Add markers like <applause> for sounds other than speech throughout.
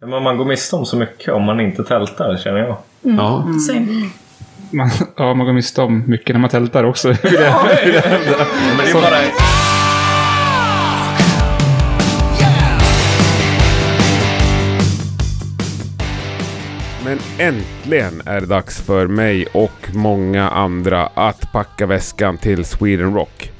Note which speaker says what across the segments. Speaker 1: Men man går miste om så mycket om man inte tältar känner jag.
Speaker 2: Ja.
Speaker 3: Same.
Speaker 4: Man, <laughs> ja, man går miste om mycket när man tältar också. <laughs>
Speaker 1: Men det är bara...
Speaker 5: Men äntligen är det dags för mig och många andra att packa väskan till Sweden Rock.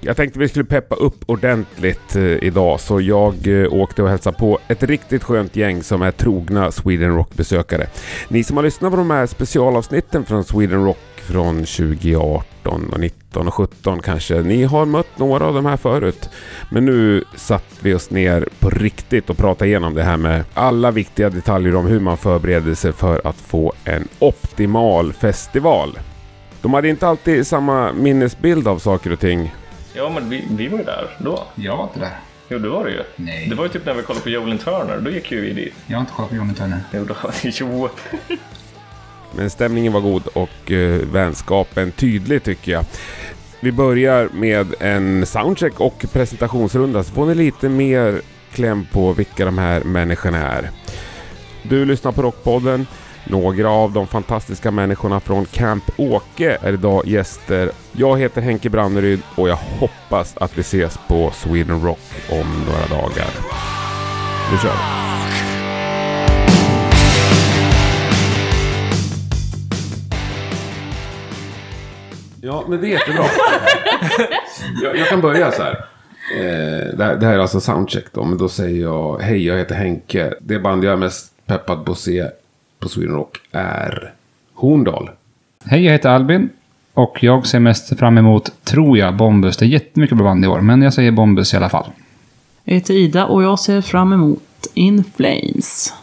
Speaker 5: Jag tänkte vi skulle peppa upp ordentligt eh, idag så jag eh, åkte och hälsade på ett riktigt skönt gäng som är trogna Sweden Rock-besökare. Ni som har lyssnat på de här specialavsnitten från Sweden Rock från 2018 och 19 och 17 kanske. Ni har mött några av de här förut. Men nu satt vi oss ner på riktigt och pratade igenom det här med alla viktiga detaljer om hur man förbereder sig för att få en optimal festival. De hade inte alltid samma minnesbild av saker och ting.
Speaker 1: Ja, men vi, vi var ju där då.
Speaker 2: Jag var inte där.
Speaker 1: Jo, det var det ju.
Speaker 2: Nej.
Speaker 1: Det var ju typ när vi kollade på Jolin Turner. Då gick ju vi dit. <laughs>
Speaker 2: Jag har inte kollat på Johnny Turner.
Speaker 1: Jo, då, jo.
Speaker 5: Men stämningen var god och eh, vänskapen tydlig tycker jag. Vi börjar med en soundcheck och presentationsrunda så får ni lite mer kläm på vilka de här människorna är. Du lyssnar på Rockpodden. Några av de fantastiska människorna från Camp Åke är idag gäster. Jag heter Henke Branneryd och jag hoppas att vi ses på Sweden Rock om några dagar. Nu kör vi! Ja, men det är jättebra. <laughs> jag, jag kan börja så här. Eh, det, här det här är alltså soundcheck då, men då säger jag hej, jag heter Henke. Det band jag är mest peppad på att se på Sweden Rock är Horndal.
Speaker 4: Hej, jag heter Albin. Och jag ser mest fram emot, tror jag, Bombus. Det är jättemycket bra band i år, men jag säger Bombus i alla fall.
Speaker 3: Jag heter Ida och jag ser fram emot In Flames.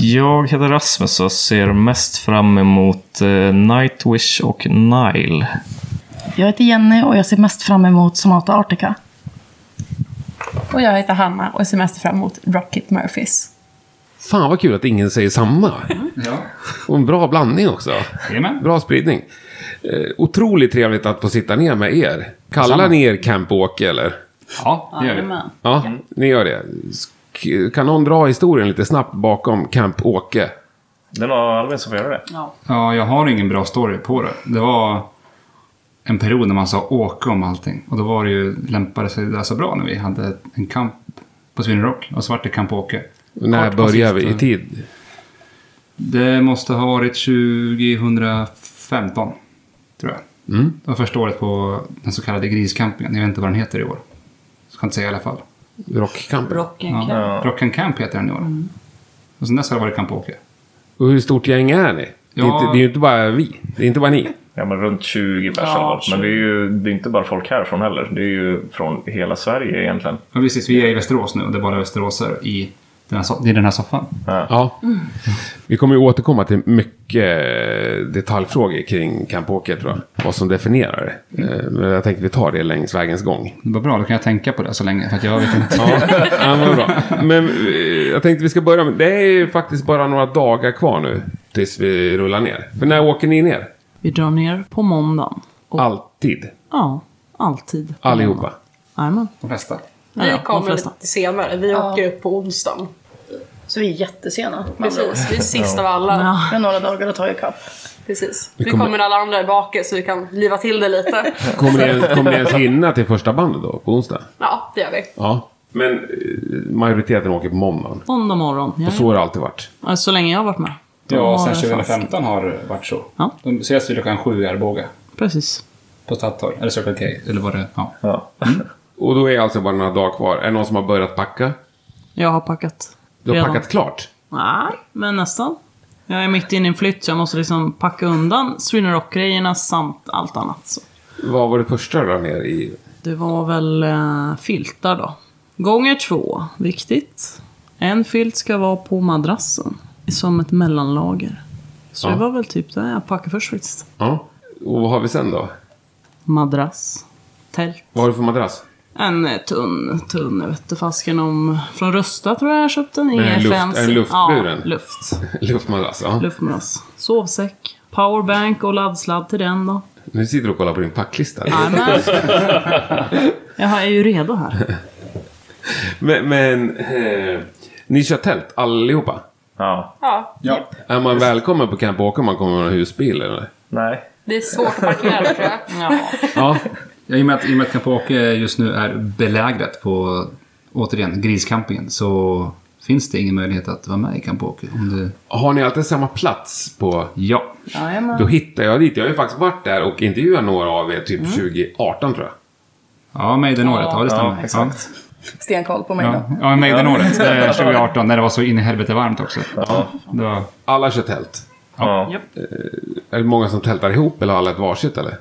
Speaker 6: Jag heter Rasmus och ser mest fram emot eh, Nightwish och Nile.
Speaker 7: Jag heter Jenny och jag ser mest fram emot Sonata Arctica.
Speaker 8: Och jag heter Hanna och ser mest fram emot Rocket Murphys.
Speaker 5: Fan vad kul att ingen säger samma.
Speaker 4: Ja.
Speaker 5: Och en bra blandning också.
Speaker 4: Jajamän.
Speaker 5: Bra spridning. Eh, otroligt trevligt att få sitta ner med er. Kallar
Speaker 4: Samma.
Speaker 5: ni er Camp Åke eller?
Speaker 4: Ja, det gör vi.
Speaker 3: Jajamän.
Speaker 5: Ja, ni gör det. Sk- Kan någon dra historien lite snabbt bakom Camp Åke?
Speaker 1: Det är nog Albin som får göra det.
Speaker 4: Ja, jag har ingen bra story på det. Det var en period när man sa åka om allting. Och då var det ju, lämpade sig det så bra när vi hade en kamp på Sweden Rock. Och så vart det kamp åka.
Speaker 5: När
Speaker 4: Kort och
Speaker 5: börjar vi
Speaker 4: sist,
Speaker 5: i
Speaker 4: eh,
Speaker 5: tid?
Speaker 4: Det måste ha varit 2015, tror jag.
Speaker 5: Mm.
Speaker 4: Det var första året på den så kallade griskampingen. Jag vet inte vad den heter i år. Ska inte säga i alla fall.
Speaker 5: Rockkampen.
Speaker 3: Rocken
Speaker 4: Ja.
Speaker 3: Club.
Speaker 4: Rock'n Camp Mm. heter den i år. Och sen dess har det varit Camp Åke.
Speaker 5: Och hur stort gäng är ni? Det, är
Speaker 4: Ja.
Speaker 5: inte, det är ju inte bara vi. Det är inte bara ni.
Speaker 1: Ja, men runt 20 personer.
Speaker 3: Ja,
Speaker 1: Men det är ju det är inte bara folk härifrån heller. Det är ju från hela Sverige egentligen.
Speaker 4: Ja, precis. Vi är i Västerås nu och det är bara västeråsare i den här, so- i den här soffan.
Speaker 5: Ja. Vi kommer ju återkomma till mycket eh, detaljfrågor kring Camp Åker, tror jag. Vad som definierar det. Eh, Men jag tänkte vi tar det längs vägens gång.
Speaker 4: Det var bra, då kan jag tänka på det så länge. För att jag vet <laughs> inte.
Speaker 5: Ja, <laughs> ja men bra. Men eh, jag tänkte vi ska börja med... Det är ju faktiskt bara några dagar kvar nu tills vi rullar ner. För när åker ni ner?
Speaker 3: Vi drar ner på måndagen. Och,
Speaker 5: Alltid.
Speaker 3: Ja, alltid.
Speaker 5: Allihopa.
Speaker 3: Jajamän.
Speaker 4: De flesta.
Speaker 3: Ja,
Speaker 9: Vi
Speaker 3: de
Speaker 9: kommer
Speaker 3: flesta.
Speaker 9: lite senare. Vi åker upp på onsdagen. Alltså.
Speaker 7: Så vi är jättesena. med andra ord.
Speaker 9: Precis, vi är sist av alla.
Speaker 3: Ja.
Speaker 7: Men några dagar att ta ikapp.
Speaker 9: Precis.
Speaker 5: Vi
Speaker 9: Vi
Speaker 5: kommer-
Speaker 9: kommer när alla andra är baka så vi kan liva till det lite.
Speaker 5: Kommer ni, ens- kommer ni ens hinna till första bandet då, på onsdag?
Speaker 9: Ja, det gör vi.
Speaker 5: Ja. Men eh, majoriteten åker på måndagen.
Speaker 3: Måndag morgon. Ja,
Speaker 5: Och så har det alltid varit.
Speaker 3: ja. så länge jag har varit med.
Speaker 4: Ja,
Speaker 3: Då
Speaker 4: sen
Speaker 3: har det fast-
Speaker 4: 2015 har det varit så.
Speaker 3: Ja.
Speaker 4: De ses vid klockan sju i Arboga.
Speaker 3: Precis.
Speaker 4: På Statoil. Eller Circle K. Eller vad det Ja.
Speaker 1: Ja.
Speaker 5: Och då är alltså bara några dagar kvar. Är det någon som har börjat packa?
Speaker 3: Jag har packat.
Speaker 5: Du har
Speaker 3: redan.
Speaker 5: packat klart?
Speaker 3: Nej, men nästan. Jag är mitt inne i en flytt så jag måste liksom packa undan Sweden Rock-grejerna samt allt annat. Så.
Speaker 5: Vad var det första du la ner i?
Speaker 3: Det var väl eh, filtar då. Gånger två, viktigt. En filt ska vara på madrassen. Som ett mellanlager. Så
Speaker 5: Ja.
Speaker 3: det var väl typ det jag packade först faktiskt.
Speaker 5: Ja. Och vad har vi sen då?
Speaker 3: Madrass. Tält.
Speaker 5: Vad har du för madrass? <laughs>
Speaker 3: En eh, tunn, tunn, jag vet inte fasken om... Från Rösta tror jag jag köpte den.
Speaker 5: Men en
Speaker 3: Ingen
Speaker 5: luft-
Speaker 3: fancy.
Speaker 5: en luftburen?
Speaker 3: Ja, luft.
Speaker 5: Luftmadrass, ja.
Speaker 3: Luftmadrass. Sovsäck. Powerbank och laddsladd till den då.
Speaker 5: Nu sitter du och kollar på din packlista.
Speaker 3: Jajamän.
Speaker 5: <laughs>
Speaker 3: Jag är ju redo här.
Speaker 5: Men, men eh, Ni kör tält allihopa?
Speaker 1: Ja.
Speaker 9: Ja,
Speaker 4: Ja.
Speaker 5: Är man välkommen på Camp Åke om man kommer med en husbil eller?
Speaker 1: Nej.
Speaker 9: det är svårt att parkera där, tror jag.
Speaker 5: Ja.
Speaker 4: Ja, I och med att, i och med att Kampåke just nu är belägrat på, återigen, griscampingen så finns det ingen möjlighet att vara med i Kampåke. Om du...
Speaker 5: Har ni alltid samma plats på...
Speaker 4: Ja.
Speaker 5: Då hittar jag dit. Jag har ju faktiskt varit där och intervjuat några av er typ 2018 tror jag.
Speaker 4: Ja, Maidenåret. Ja, det stämmer. Ja, exakt.
Speaker 10: Stenkoll på mig då.
Speaker 4: Ja, ja Maidenåret. Det <laughs> är 2018 när det var så in i helvete varmt också. Ja. Det var...
Speaker 5: Alla kör tält.
Speaker 1: Ja.
Speaker 5: Är det många som tältar ihop eller har alla ett varsitt eller?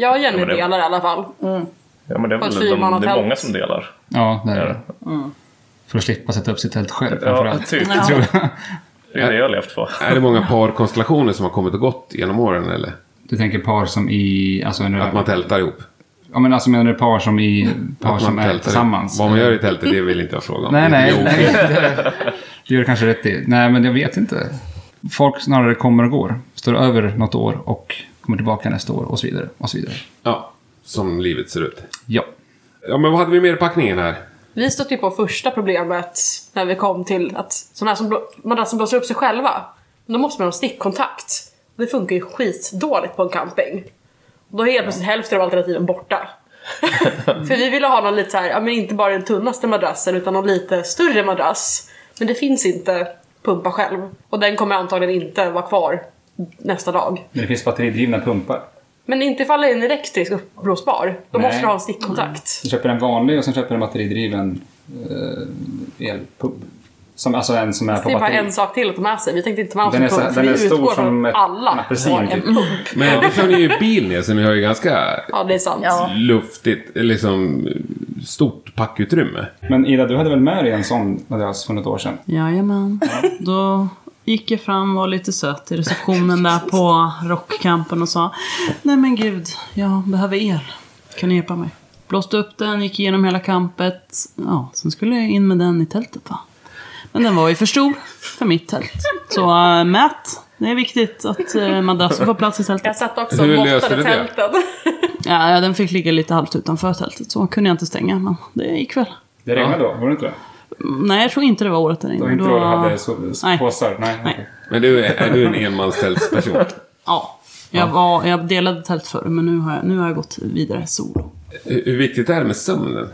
Speaker 9: Jag och Jenny
Speaker 1: men det-
Speaker 9: delar i alla fall.
Speaker 1: ja, men det är
Speaker 9: På ett
Speaker 1: väl de, det är
Speaker 9: fyrmannatält.
Speaker 1: många som delar.
Speaker 4: Ja, det är det. För att slippa sätta upp sitt tält själv
Speaker 1: Ja,
Speaker 4: framförallt.
Speaker 1: typ.
Speaker 4: Tror jag.
Speaker 1: Det är det jag har levt på.
Speaker 5: Är det många parkonstellationer som har kommit och gått genom åren eller?
Speaker 4: Du tänker par som i... Alltså, en
Speaker 5: Att man tältar ihop?
Speaker 4: Ja, men alltså menar du par som i... Par
Speaker 5: Att
Speaker 4: som
Speaker 5: man
Speaker 4: är
Speaker 5: tältar
Speaker 4: tillsammans?
Speaker 5: ihop. Vad man gör i tältet, det vill inte jag fråga om.
Speaker 4: Nej, nej.
Speaker 5: Jo.
Speaker 4: nej det, <laughs> det gör du kanske rätt i. Nej, men jag vet inte. Folk snarare kommer och går. Står över något år och kommer tillbaka nästa år och så vidare. Och så vidare.
Speaker 5: Ja, som livet ser ut.
Speaker 4: Ja.
Speaker 5: Ja, men vad hade vi mer i packningen här?
Speaker 9: Vi stötte ju på första problemet när vi kom till att sådana här som, blå, madrasser blåser upp sig själva, då måste man ha stickkontakt. Och Det funkar ju skitdåligt på en camping. Och då är helt plötsligt hälften av alternativen borta. <laughs> För vi ville ha någon lite så här, ja men inte bara den tunnaste madrassen utan någon lite större madrass. Men det finns inte pumpa själv. Och den kommer antagligen inte vara kvar nästa dag.
Speaker 4: Men det finns batteridrivna pumpar.
Speaker 9: Men inte ifall det är en elektrisk uppblåsbar. Då
Speaker 4: Nej.
Speaker 9: måste du ha en stickkontakt.
Speaker 4: Du köper en vanlig och sen köper en batteridriven eh, elpump. Som, alltså en som är på
Speaker 9: Det är bara
Speaker 4: batteri.
Speaker 9: en sak till att ta med sig. Vi tänkte inte ta med oss
Speaker 4: Den är så-
Speaker 9: en pump, för
Speaker 4: den
Speaker 9: vi
Speaker 4: är stor
Speaker 9: utgår
Speaker 4: som
Speaker 9: från att
Speaker 4: ett- en
Speaker 9: alla
Speaker 4: apelsin,
Speaker 9: har en
Speaker 4: typ.
Speaker 9: pump.
Speaker 5: Men då kör ni ju bil ner, så ni har ju ganska
Speaker 9: Ja, det är sant.
Speaker 10: Ja.
Speaker 5: luftigt, liksom stort packutrymme.
Speaker 4: Men Ida, du hade väl med dig en sån madrass för något år sedan?
Speaker 3: Jajamän. Då gick jag fram och var lite söt i receptionen där på rockkampen och sa Nej men gud, jag behöver er. Kan ni hjälpa mig? Blåste upp den, gick igenom hela kampet. Ja, sen skulle jag in med den i tältet va. Men den var ju för stor för mitt tält. Så äh, mät. Det är viktigt att äh, madrassen får plats i tältet.
Speaker 9: Jag satt också
Speaker 5: Hur
Speaker 9: och
Speaker 5: löste
Speaker 9: måttade
Speaker 5: du det?
Speaker 9: tälten.
Speaker 3: Ja, ja, den fick ligga lite halvt utanför tältet så kunde jag inte stänga. Men det gick väl. Mm,
Speaker 4: Det regnade då, var det inte det?
Speaker 3: Nej, jag tror inte det var året där
Speaker 4: Det var
Speaker 3: innan.
Speaker 4: inte då du hade so-
Speaker 3: Nej.
Speaker 4: påsar? Nej.
Speaker 3: Nej.
Speaker 4: okej.
Speaker 5: Men du, är är du en enmanstältsperson?
Speaker 3: Ja. Jag, var, jag delade tält förr, men nu har jag, nu har jag gått vidare solo.
Speaker 5: Hur hur viktigt är det med sömnen?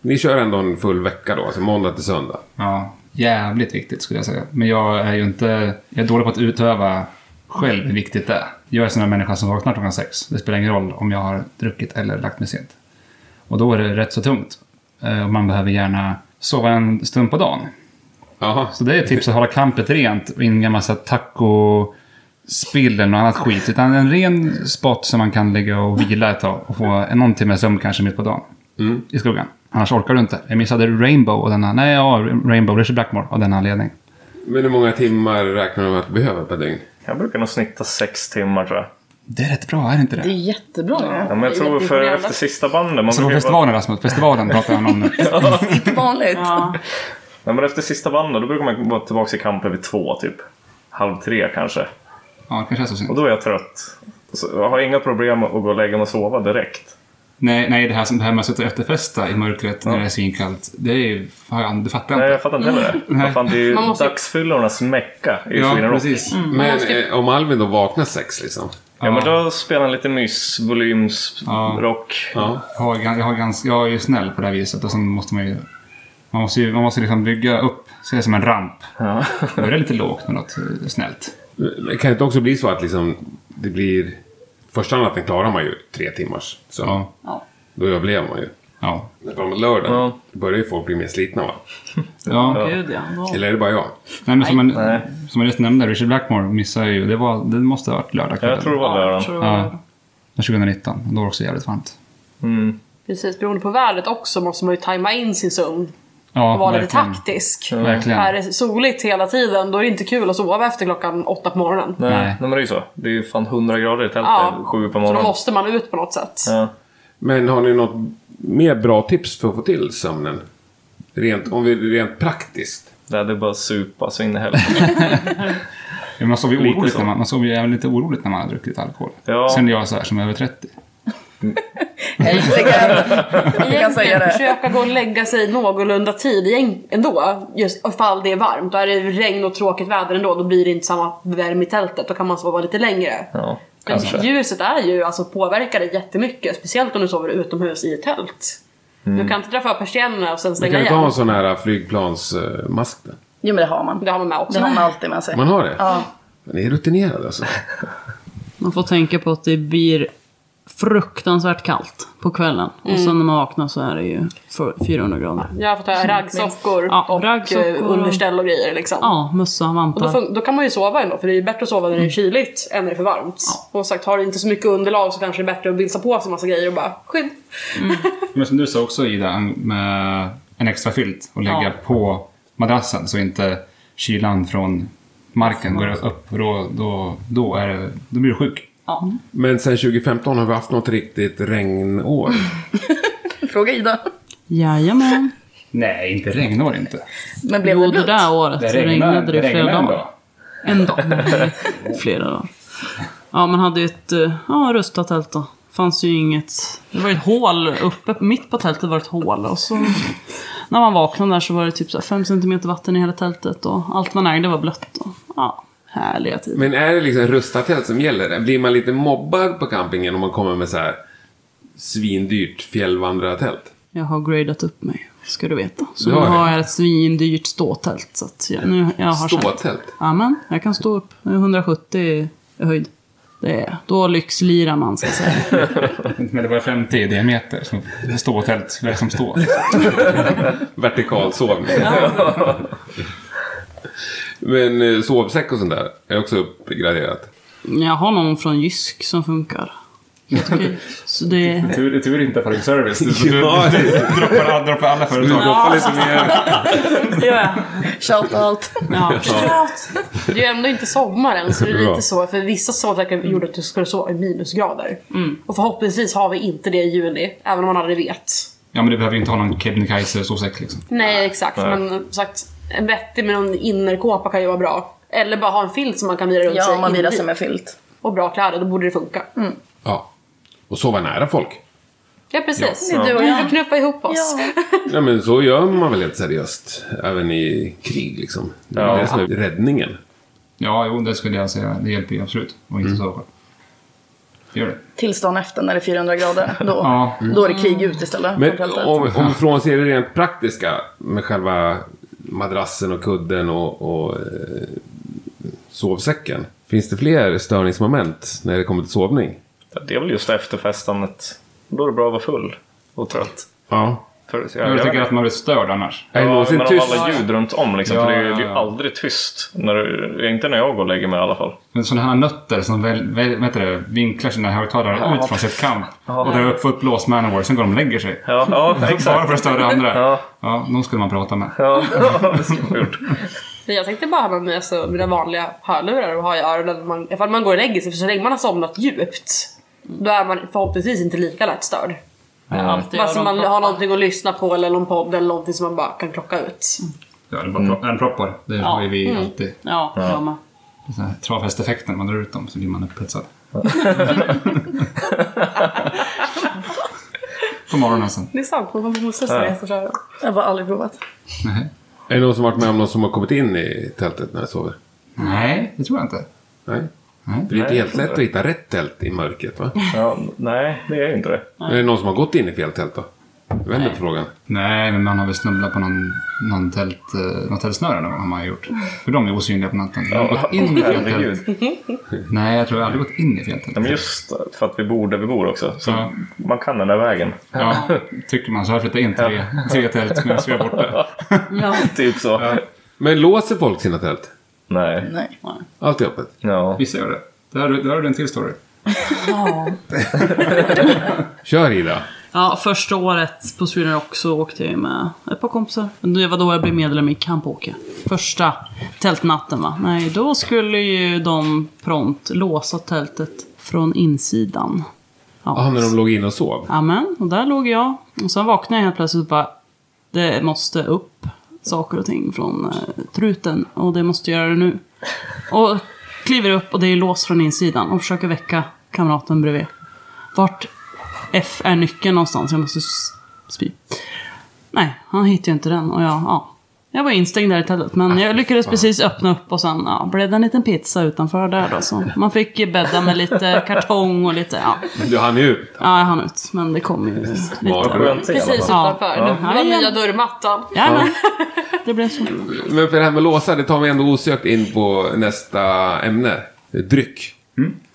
Speaker 5: Ni kör ändå en full vecka då, alltså måndag till söndag.
Speaker 4: Ja, jävligt viktigt skulle jag säga. Men jag är ju inte... Jag är dålig på att utöva själv hur viktigt det är. Jag är en sån här människa som vaknar klockan sex. Det spelar ingen roll om jag har druckit eller lagt mig sent. Och då är det rätt så tungt. Eh, och Man behöver gärna sova en stund på dagen.
Speaker 5: Jaha.
Speaker 4: Så det är ett tips att hålla kampet rent och inga massa taco spill eller något annat skit. Utan en ren spot som man kan ligga och vila ett tag och få en- någon timme sömn kanske mitt på dagen.
Speaker 1: Mm.
Speaker 4: I skuggan. Annars orkar du inte. Jag missade Rainbow och denna... Nej, ja, Rainbow, Richard Blackmore av denna anledning.
Speaker 5: Men hur många timmar räknar du med att behöva per dygn?
Speaker 1: Jag brukar nog snitta sex timmar tror jag.
Speaker 4: Det är rätt bra, är det inte
Speaker 10: Det är
Speaker 4: det?
Speaker 10: jättebra.
Speaker 1: Ja, men jag tror för efter sista bandet. Man
Speaker 4: Så på
Speaker 1: brukar ju bara-
Speaker 4: festivalen Rasmus,
Speaker 10: <laughs>
Speaker 4: festivalen pratar han om nu.
Speaker 10: Inte vanligt.
Speaker 1: Nej, men efter sista bandet då brukar man vara tillbaka i kampen vid två typ. Halv tre kanske.
Speaker 4: Ja, det kanske är så synd.
Speaker 1: Och då är jag trött. Så jag har inga problem att gå och lägga mig och sova direkt.
Speaker 4: Nej, nej, det här, som- det här med att sitta och efterfesta i mörkret när det är svinkallt. Det är ju... Fan, du fattar
Speaker 1: Nej,
Speaker 4: inte.
Speaker 1: jag fattar inte heller det. Vad fan, det är ju
Speaker 9: Man måste-
Speaker 1: dagsfyllornas mecka i Sweden
Speaker 4: Ja,
Speaker 1: Rock.
Speaker 4: precis.
Speaker 5: Men eh, om Alvin då vaknar sex liksom?
Speaker 1: Ja, men då spelar han lite mys, volyms,
Speaker 4: Ja.
Speaker 1: rock.
Speaker 5: Ja.
Speaker 4: Jag, har, gan- jag, har ganska, jag är ju snäll på det här viset och sen måste man ju... Man måste ju man måste liksom bygga upp sig som en ramp.
Speaker 1: Ja.
Speaker 4: Börja lite lågt med något eh, snällt.
Speaker 5: Men Kan det inte också bli så att liksom, det blir... Första natten klarar man ju tre timmars sömn.
Speaker 4: Ja.
Speaker 5: Då överlever man ju.
Speaker 4: Ja.
Speaker 5: Men Framåt lördagen
Speaker 1: Ja.
Speaker 5: börjar ju folk bli mer slitna va?
Speaker 4: ja.
Speaker 3: Gud ja. Då.
Speaker 5: Eller är det bara jag?
Speaker 4: Nej, men som, man,
Speaker 1: Nej.
Speaker 4: som jag just nämnde, Richard Blackmore missade ju... Det, var, det måste ha varit lördag
Speaker 1: Jag tror det var
Speaker 3: Ja, jag
Speaker 1: lördagen.
Speaker 3: tror det var
Speaker 4: Ja. 2019. Då var det också jävligt varmt.
Speaker 1: Mm.
Speaker 9: Precis, beroende på vädret också måste man ju tajma in sin sömn
Speaker 4: Ja,
Speaker 9: och vara lite
Speaker 4: verkligen.
Speaker 9: taktisk.
Speaker 4: Verkligen.
Speaker 9: Är det soligt hela tiden, då är det inte kul att sova efter klockan åtta på morgonen.
Speaker 1: Nej.
Speaker 4: Nej.
Speaker 1: Nej, men det är ju så. Det är ju fan 100 grader i tältet
Speaker 9: Ja.
Speaker 1: sju på
Speaker 9: Så då
Speaker 1: morgonen.
Speaker 9: måste man ut på något sätt.
Speaker 1: Ja.
Speaker 5: Men har ni något mer bra tips för att få till sömnen? Rent, om vi, rent praktiskt.
Speaker 1: Det är bara att supa så in i
Speaker 9: <laughs>
Speaker 1: helvete.
Speaker 4: Ja, Man sov ju
Speaker 1: Lite
Speaker 4: oroligt
Speaker 1: så.
Speaker 4: när man, man sov ju även lite oroligt när man hade druckit alkohol.
Speaker 1: Ja.
Speaker 4: Sen är jag så här som över 30.
Speaker 7: Äntligen! Jag kan säga
Speaker 9: Egentligen
Speaker 7: det.
Speaker 9: försöka gå och lägga sig någorlunda tid igen- ändå. Just ifall det är varmt. Och är det regn och tråkigt väder ändå, då blir det inte samma värme i tältet. Då kan man sova lite längre.
Speaker 1: Ja,
Speaker 9: Men
Speaker 1: kanske.
Speaker 9: Ljuset är ju, alltså påverkar dig jättemycket. Speciellt om du sover utomhus i ett tält.
Speaker 7: Mm.
Speaker 9: Du kan inte dra för persiennerna och sen
Speaker 5: Man
Speaker 9: stänga
Speaker 5: kan ju ta
Speaker 9: igen.
Speaker 5: en sån här eh, flygplansmask där.
Speaker 7: Jo men det har man.
Speaker 9: Det har man med också.
Speaker 7: Det har man alltid med sig.
Speaker 5: Man har det?
Speaker 7: Ja.
Speaker 5: Men ni är rutinerade alltså.
Speaker 3: Man får tänka på att det blir fruktansvärt kallt på kvällen. Och sen när man vaknar så är det ju för- 400 grader.
Speaker 9: Jag har fått ha raggsockor
Speaker 3: Ja,
Speaker 9: och
Speaker 3: raggsockor
Speaker 9: eh,
Speaker 3: och-
Speaker 9: underställ och grejer liksom.
Speaker 3: Ja, mössa,
Speaker 9: Och då,
Speaker 3: vantar.
Speaker 9: fun- då kan man ju sova ändå, för det är ju bättre att sova när det är kyligt än när det är för varmt. Och sagt, har du inte så mycket underlag så kanske det är bättre att bilsa på sig massa grejer och bara skydd.
Speaker 4: Men som du sa också Ida, en- med en extra filt och lägga
Speaker 3: Ja.
Speaker 4: på madrassen så inte kylan från marken går upp. Och då, då, då, är det, då blir du sjuk.
Speaker 3: Ja.
Speaker 5: Men sen 2015 har vi haft något riktigt regnår.
Speaker 7: Fråga Ida.
Speaker 3: Jajamän.
Speaker 4: Nej, inte regnår inte.
Speaker 7: Men blev det
Speaker 3: Jo, det
Speaker 7: blött?
Speaker 3: där året så regnade det flera
Speaker 4: regnar
Speaker 3: dagar. En
Speaker 5: <laughs>
Speaker 3: dag. Nej, Flera dagar. Ja, man hade ju ett eh, ja, rustat tält då. Fanns ju inget... Det var ett hål uppe, mitt på tältet var ett hål. Och så när man vaknade där så var det typ 5 cm vatten i hela tältet och allt man ägde var blött. Och, ja, härliga tider.
Speaker 5: Men är det liksom rustatält som gäller? Blir man lite mobbad på campingen om man kommer med så här svindyrt fjällvandrartält?
Speaker 3: Jag har gradat upp mig, ska du veta. Så
Speaker 5: Du
Speaker 3: nu
Speaker 5: har det?
Speaker 3: har jag ett svindyrt ståtält. Så att jag, nu, jag har känt-
Speaker 5: Ståtält?
Speaker 3: Ja, men jag kan stå upp. 170 i höjd. Det är, då lyxlirar man, ska jag säga.
Speaker 4: <laughs> Men det var 50 i diameter. Som ståtält, det är som stå.
Speaker 5: Vertikal sovning? <laughs> Men eh, sovsäck och sånt där är också uppgraderat.
Speaker 3: Jag har någon från Jysk som funkar. Helt okej. <laughs> Så det...
Speaker 4: Tur, tur inte public service. Du, du,
Speaker 5: Ja,
Speaker 4: du, du droppar, droppar alla företag.
Speaker 3: Ja,
Speaker 9: Det gör jag.
Speaker 7: Shout out.
Speaker 3: ja.
Speaker 9: Det är ju ändå inte sommar än, så det är
Speaker 5: Bra.
Speaker 9: lite så. För vissa sovsäckar gjorde att du skulle sova i minusgrader.
Speaker 7: Mm.
Speaker 9: Och förhoppningsvis har vi inte det i juni, även om man aldrig vet.
Speaker 4: Ja, men du behöver ju inte ha någon Kebnekaise sovsäck liksom.
Speaker 9: Nej, exakt. Men som sagt, en vettig med någon innerkåpa kan ju vara bra. Eller bara ha en filt som man kan vira runt
Speaker 7: Ja,
Speaker 9: sig.
Speaker 7: man virar
Speaker 9: in i.
Speaker 7: sig med Mm. filt.
Speaker 9: Och bra kläder, då borde det funka.
Speaker 5: Ja. Och sova nära folk.
Speaker 9: Ja, precis.
Speaker 7: Det är du och
Speaker 9: Vi
Speaker 7: jag.
Speaker 9: får knuffa ihop oss.
Speaker 5: Ja, men så gör man väl helt seriöst. Även i krig liksom. Det är
Speaker 1: Ja.
Speaker 5: det som är räddningen.
Speaker 4: Ja, jo, det skulle jag säga. Det hjälper ju absolut. Och inte sova. Gör det.
Speaker 7: Tills dagen efter när det är 400 grader. Då,
Speaker 4: Ja.
Speaker 7: då är det krig ut istället. från
Speaker 5: Men
Speaker 7: tältet.
Speaker 5: om, om vi frånser det rent praktiska med själva madrassen och kudden och, och eh, sovsäcken. Finns det fler störningsmoment när det kommer till sovning?
Speaker 1: Det är väl just efterfestandet. Då är det bra att vara full och trött.
Speaker 5: Ja.
Speaker 1: För, så
Speaker 4: Jag tycker
Speaker 1: vet-
Speaker 4: att man blir störd annars.
Speaker 5: Är det
Speaker 1: Ja,
Speaker 5: någonsin
Speaker 1: men av
Speaker 5: tyst?
Speaker 1: alla ljud runt om liksom.
Speaker 4: Ja,
Speaker 1: för det är ju
Speaker 4: ja,
Speaker 1: det är ju
Speaker 4: ja.
Speaker 1: aldrig tyst. När, du- inte när jag går och lägger mig i alla fall.
Speaker 4: Men sådana här nötter som väl, väl, vad heter det, vinklar sina högtalare ut från sitt kamp. Och drar upp fullt blås Manowar, sen går de och lägger sig.
Speaker 1: Ja, ja
Speaker 4: <laughs> Bara
Speaker 1: exakt.
Speaker 4: för att störa andra.
Speaker 1: Ja.
Speaker 4: ja, de skulle man prata med.
Speaker 1: Ja, <laughs> det skulle jag ha gjort.
Speaker 9: Men <laughs> Jag tänkte bara ha med mig alltså, mina vanliga hörlurar och ha i öronen. Man, ifall man går och lägger sig, för så länge man har somnat djupt.
Speaker 7: Mm.
Speaker 9: Då är man förhoppningsvis inte lika lätt störd. Bara så man har någonting att lyssna på eller någon podd eller någonting som man bara kan klocka ut.
Speaker 4: Ja, det är bara
Speaker 1: Mm.
Speaker 4: pro- örnproppar. Det har ju vi alltid.
Speaker 3: Ja, jag med.
Speaker 4: Så här Travhästeffekten, man drar ut dem så blir man
Speaker 1: <laughs>
Speaker 4: upphetsad. På morgonen sen.
Speaker 9: Det är sant, man får måste säga efter så
Speaker 7: Jag har aldrig provat.
Speaker 4: Nej.
Speaker 5: Är det någon som varit med om någon som har kommit in i tältet när det sover?
Speaker 4: Nej, det tror jag inte.
Speaker 5: Nej.
Speaker 4: Nej.
Speaker 5: Det är inte
Speaker 1: Mm. Nej,
Speaker 5: helt lätt att hitta rätt tält i mörkret va?
Speaker 1: Ja, nej, det är ju inte det.
Speaker 5: Är det någon som har gått in i fel tält då? Vänder på frågan.
Speaker 4: Nej, men man har väl snubblat på någon, någon tält, eh, något tältsnöre någon gång har man gjort. För de är osynliga på natten. Jag har
Speaker 1: <laughs>
Speaker 4: gått in i fel tält.
Speaker 1: Herregud.
Speaker 4: Nej, jag tror jag aldrig gått in i fel tält.
Speaker 1: Nej, men just för att vi bor där vi bor också. Så
Speaker 4: Ja.
Speaker 1: man kan den där vägen. <laughs>
Speaker 4: Ja, tycker man så har jag flyttat in tre, tre tält medan jag är borta.
Speaker 3: Ja.
Speaker 1: Typ så.
Speaker 5: Men låser folk sina tält?
Speaker 1: Nej.
Speaker 7: Nej.
Speaker 5: Allt är öppet?
Speaker 1: Ja.
Speaker 4: Vissa gör det. Där, har du- där har du en till story.
Speaker 5: Kör Ida.
Speaker 3: ja, första året på Sweden Rock så åkte jag ju med ett par kompisar. Det var då jag blev medlem i Camp Åke. Första tältnatten va? Nej, då skulle ju de prompt låsa tältet från insidan. Ja,
Speaker 5: Ah, när de låg in och sov?
Speaker 3: Amen, och där låg jag. Och sen vaknade jag helt plötsligt och bara, det måste upp saker och ting från eh, truten och det måste jag göra nu. Och kliver upp och det är lås från insidan och försöker väcka kamraten bredvid. Vart F är nyckeln någonstans. Jag måste s- spy. Nej, han hittade ju inte den. Och jag, ja. Jag var instängd där i tältet. Men jag lyckades precis öppna upp och sen ja, blev det en liten pizza utanför där då. Så man fick ju bädda med lite kartong och lite, ja.
Speaker 5: Du hann ju ut.
Speaker 3: Ja, jag hann ut. Men det kom ju
Speaker 5: Vad
Speaker 3: lite.
Speaker 5: skönt.
Speaker 9: Precis
Speaker 3: Ja.
Speaker 9: utanför. Det var nya dörrmattan.
Speaker 3: Jajamän. <laughs> Det blev så.
Speaker 5: Men för det här med låsar, det tar vi ändå osökt in på nästa ämne. Dryck.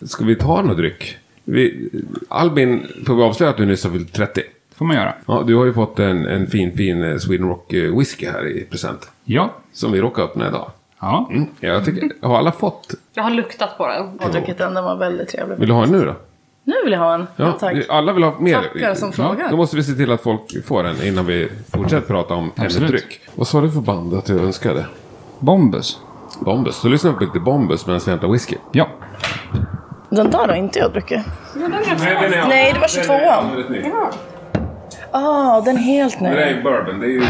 Speaker 5: Ska vi ta någon dryck? Vi, Albin, får vi avslöja att du nyss har fyllt 30?
Speaker 4: får man göra.
Speaker 5: Ja, du har ju fått en, en fin, fin eh, Sweden Rock eh, whisky här i present.
Speaker 4: Ja.
Speaker 5: Som vi råkade öppna idag.
Speaker 4: Ja.
Speaker 5: Mm. Jag tycker, har alla fått?
Speaker 9: Jag har luktat på den.
Speaker 7: Jag har druckit den, den var väldigt trevlig.
Speaker 5: Vill du ha en nu då?
Speaker 7: Nu vill jag ha en. Ja,
Speaker 5: Ja,
Speaker 7: tack.
Speaker 5: alla vill ha mer.
Speaker 7: Tackar som frågar.
Speaker 5: Då måste vi se till att folk får en innan vi fortsätter prata om ämnet
Speaker 4: Absolut.
Speaker 5: dryck. Vad sa du för band att du önskade?
Speaker 4: Bombus.
Speaker 5: Bombus. Då lyssnar vi på lite Bombus medan vi hämtar whisky.
Speaker 4: Ja.
Speaker 7: Den där har inte jag druckit. Nej, det var 22an. Ah, den är helt
Speaker 5: Det
Speaker 7: ny.
Speaker 5: är bourbon. Det är ju...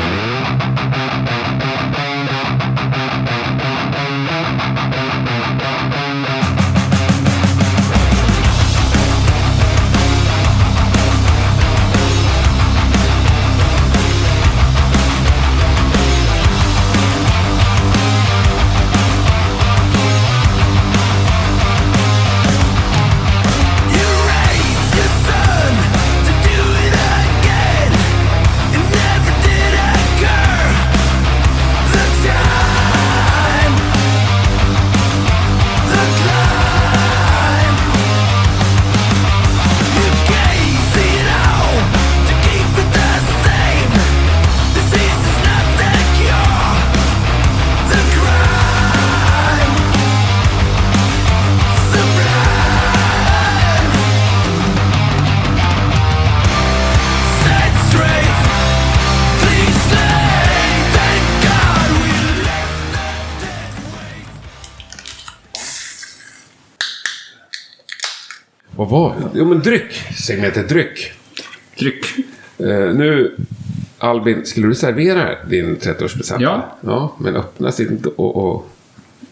Speaker 5: Vad var det? Jo men dryck. Segmentet dryck.
Speaker 4: Dryck.
Speaker 5: Eh, nu Albin, skulle du servera din 30-årspresent?
Speaker 4: Ja.
Speaker 5: Ja, men öppnas inte och... och...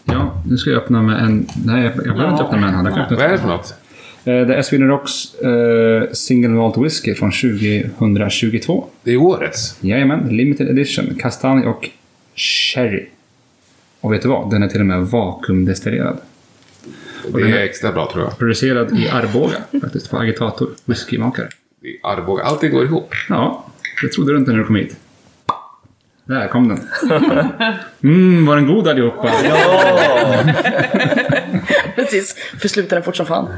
Speaker 4: Ja, nu ska jag öppna med en... Nej, jag jag behöver inte öppna med en hand. Jag kan öppna
Speaker 5: Vad är det för något?
Speaker 4: Eh, Det är Sweden Rocks eh, Single Malt Whisky från 2022.
Speaker 5: Det är årets.
Speaker 4: Jajamän, limited edition. Kastanj och sherry. Och vet du vad? Den är till och med vakuumdestillerad.
Speaker 5: Det är extra bra tror jag.
Speaker 4: Producerad i Arboga faktiskt, på Agitator, whiskymakare.
Speaker 5: I Arboga. Allting går ihop.
Speaker 4: Ja, det trodde du inte när du kom hit. Där kom
Speaker 5: <laughs>
Speaker 4: den. Mm, var den god allihopa?
Speaker 7: Precis, försluta den fort som fan.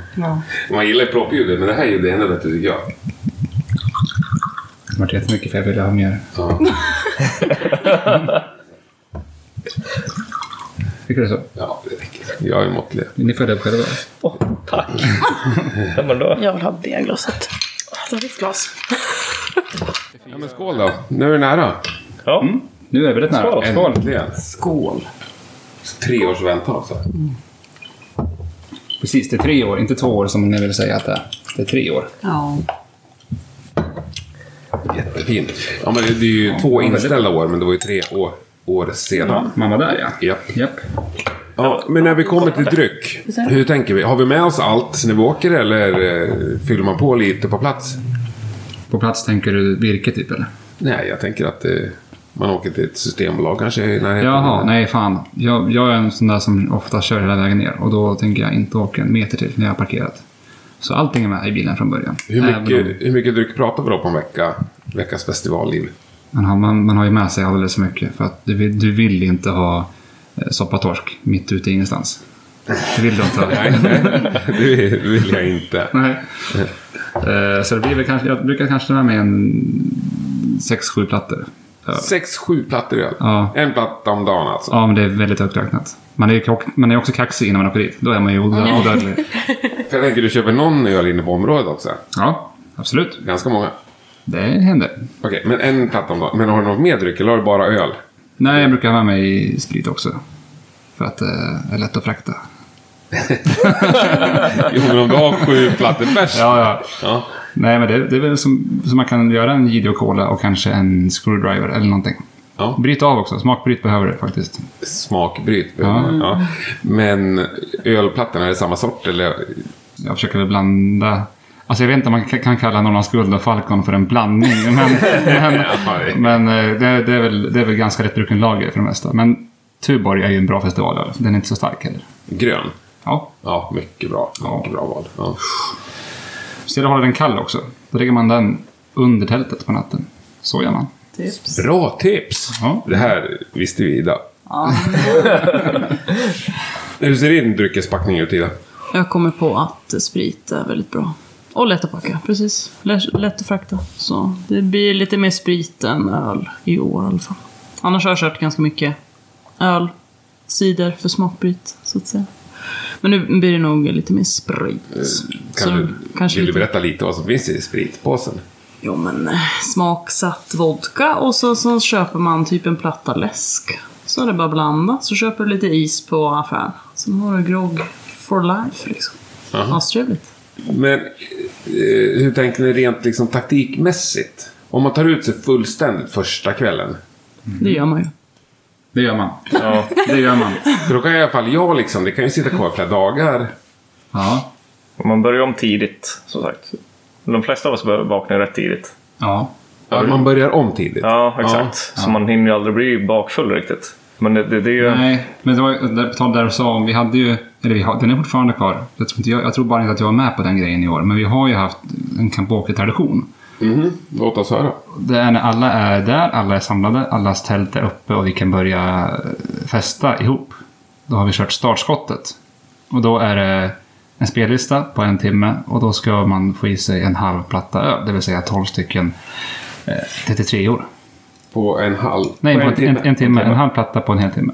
Speaker 5: Man gillar ju proppljudet, men det här ljudet är ännu bättre tycker jag.
Speaker 4: Det vart jättemycket för jag ville ha mer.
Speaker 5: <laughs> Ja.
Speaker 4: Tycker du så?
Speaker 5: Ja, det räcker. Jag är måttlig.
Speaker 4: Ni får det själva.
Speaker 9: <laughs>
Speaker 1: Ja, men då.
Speaker 7: Jag vill ha det glaset.
Speaker 9: Alltså ditt glas.
Speaker 5: Ja, men skål då. Nu är det nära.
Speaker 1: Ja.
Speaker 4: Nu är vi rätt nära.
Speaker 5: Skål. Äntligen. Tre års väntan också.
Speaker 4: Precis, det är tre år. Inte två år som ni ville säga att det är. Det är tre år.
Speaker 3: Ja.
Speaker 5: Jättefint. Ja, men det, det är ju två inställda år, men det var ju tre år, år sedan.
Speaker 4: Man var där ja.
Speaker 5: Ja.
Speaker 4: Japp.
Speaker 5: ja. Men när vi kommer till dryck, hur tänker vi? Har vi med oss allt när vi åker eller eh, fyller man på lite på plats?
Speaker 4: På plats tänker du virke typ eller?
Speaker 5: Nej, jag tänker att eh, man åker till ett systembolag kanske i närheten.
Speaker 4: Jaha, nej fan. Jag, jag är en sån där som ofta kör hela vägen ner och då tänker jag inte åka en meter till när jag har parkerat. Så allting är med i bilen från början.
Speaker 5: Hur
Speaker 4: Även om
Speaker 5: mycket, hur mycket dryck pratar vi då på en vecka? Veckas festivalliv.
Speaker 4: Man har, man, man har ju med sig alldeles för mycket för att du, vill- du vill inte ha eh, soppatorsk mitt ute i ingenstans. Det vill du inte
Speaker 5: <laughs>
Speaker 4: ha.
Speaker 5: det vill- det vill jag inte.
Speaker 4: Nej. Eh, Så det blir väl kanske, jag brukar kanske ta med mig en sex, sju plattor. Ja.
Speaker 5: Sex, sju plattor öl.
Speaker 4: Ja.
Speaker 5: En platta om dagen alltså.
Speaker 4: Ja, men det är väldigt högt räknat. Man är ju kock- man är också kaxig innan man åker dit. Då är man ju odö- odödlig.
Speaker 5: För jag tänker du köper någon öl inne på området också.
Speaker 4: Ja, absolut.
Speaker 5: Ganska många.
Speaker 4: Det händer.
Speaker 5: Okej, men en platta om dagen. Men har du något mer dryck eller har du bara öl?
Speaker 4: Nej, jag brukar ha med mig sprit också. För att eh, det är lätt att frakta.
Speaker 5: Jo, men om du har sju plattor bärs.
Speaker 4: Ja, ja.
Speaker 5: Ja.
Speaker 4: Nej, men det, det är väl som, som man kan göra en JD och Cola och kanske en screwdriver eller någonting.
Speaker 5: Ja.
Speaker 4: Bryt av också. Smakbryt behöver du faktiskt.
Speaker 5: Smakbryt. behöver man. Ja. Men ölplattorna, är det samma sort eller?
Speaker 4: Jag försöker väl blanda. Alltså jag vet inte om man k- kan kalla Norrlands guld och Falcon för en blandning. <laughs> Men, men, men eh, det, det, är väl, det är väl ganska lättdrucken lager för det mesta. Men Tuborg är ju en bra festival. öl. Den är inte så stark heller.
Speaker 5: Grön.
Speaker 4: Ja.
Speaker 5: Ja, mycket bra. Mycket bra val. Ja.
Speaker 4: Så gäller att hålla den kall också. Då lägger man den under tältet på natten. Så gör man.
Speaker 3: Tips.
Speaker 5: Bra tips!
Speaker 4: Ja.
Speaker 5: Det här visste vi Ida. <laughs> Hur ser din dryckespackning ut Ida?
Speaker 3: Jag kommer på att sprit är väldigt bra. Och lätt att packa, precis. Lä- Lätt att frakta. Så det blir lite mer sprit än öl i år i alla fall. Annars har jag kört ganska mycket öl, cider för smakbryt, så att säga. Men nu blir det nog lite mer sprit. Så
Speaker 5: Eh, Kan du,
Speaker 3: kanske
Speaker 5: vill du
Speaker 3: lite-
Speaker 5: berätta lite vad som finns i spritpåsen?
Speaker 3: Jo men eh, smaksatt vodka och så, så köper man typ en platta läsk. Så är det bara att blanda, så köper du lite is på affären. Sen har du grogg for life liksom. Astrevligt.
Speaker 5: Men eh, hur tänker ni rent liksom, taktikmässigt? Om man tar ut sig fullständigt första kvällen.
Speaker 3: Det gör man ju.
Speaker 4: Det gör man.
Speaker 1: Ja.
Speaker 4: Det gör man.
Speaker 5: För då kan i alla fall jag liksom, det kan ju sitta kvar flera dagar.
Speaker 4: Ja.
Speaker 1: Man börjar om tidigt, som sagt. De flesta av oss bör- vaknar rätt tidigt.
Speaker 4: Ja.
Speaker 5: Ja, man börjar om tidigt.
Speaker 1: Ja, exakt. Så man hinner ju aldrig bli bakfull riktigt. Men det, det, det är ju...
Speaker 4: Nej, men det var ju- på tal där du sa om, vi hade ju, eller vi har, den är fortfarande kvar. Jag tror, inte, jag, jag tror bara inte att jag var med på den grejen i år, men vi har ju haft en kampoker-tradition.
Speaker 5: Mhm. Låt oss höra.
Speaker 4: Det är när alla är där, alla är samlade, allas tält är uppe och vi kan börja eh, festa ihop. Då har vi kört startskottet. Och då är det en spellista på en timme och då ska man få i sig en halv platta öl, det vill säga 12 stycken eh, 33-or.
Speaker 5: På en halv...
Speaker 4: Nej,
Speaker 5: på
Speaker 4: en, en, timme. En, timme. En halv platta på en hel timme.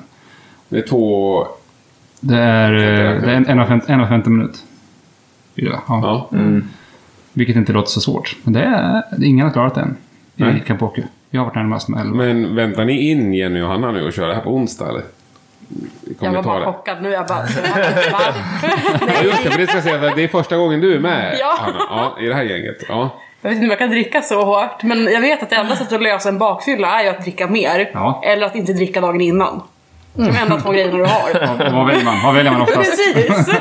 Speaker 5: Det är två...
Speaker 4: Det är, eh, det är en, en, och fem, en och femtio minut. Ja, ja.
Speaker 5: Ja.
Speaker 4: Vilket inte låter så svårt. Men det är, ingen har klarat det än. I Kampoku. Jag har varit närmast med 11.
Speaker 5: Men väntar ni in Jenny och Hanna nu och kör det här på onsdag eller?
Speaker 9: Jag
Speaker 5: Kommer
Speaker 9: var
Speaker 5: ni ta
Speaker 9: bara
Speaker 5: det?
Speaker 9: chockad nu. Jag bara... Va?
Speaker 5: Ja, just det, för det ska jag säga att det är första gången du är med
Speaker 9: <laughs> Ja.
Speaker 5: Hanna. Ja, i det här gänget. Ja.
Speaker 9: Jag vet inte om jag kan dricka så hårt, men jag vet att det enda sättet att lösa en bakfylla är ju att dricka mer.
Speaker 4: Ja.
Speaker 9: Eller att inte dricka dagen innan. Det är de enda två grejerna du har.
Speaker 4: Vad- Vad väljer man? Vad väljer man oftast?
Speaker 9: Precis!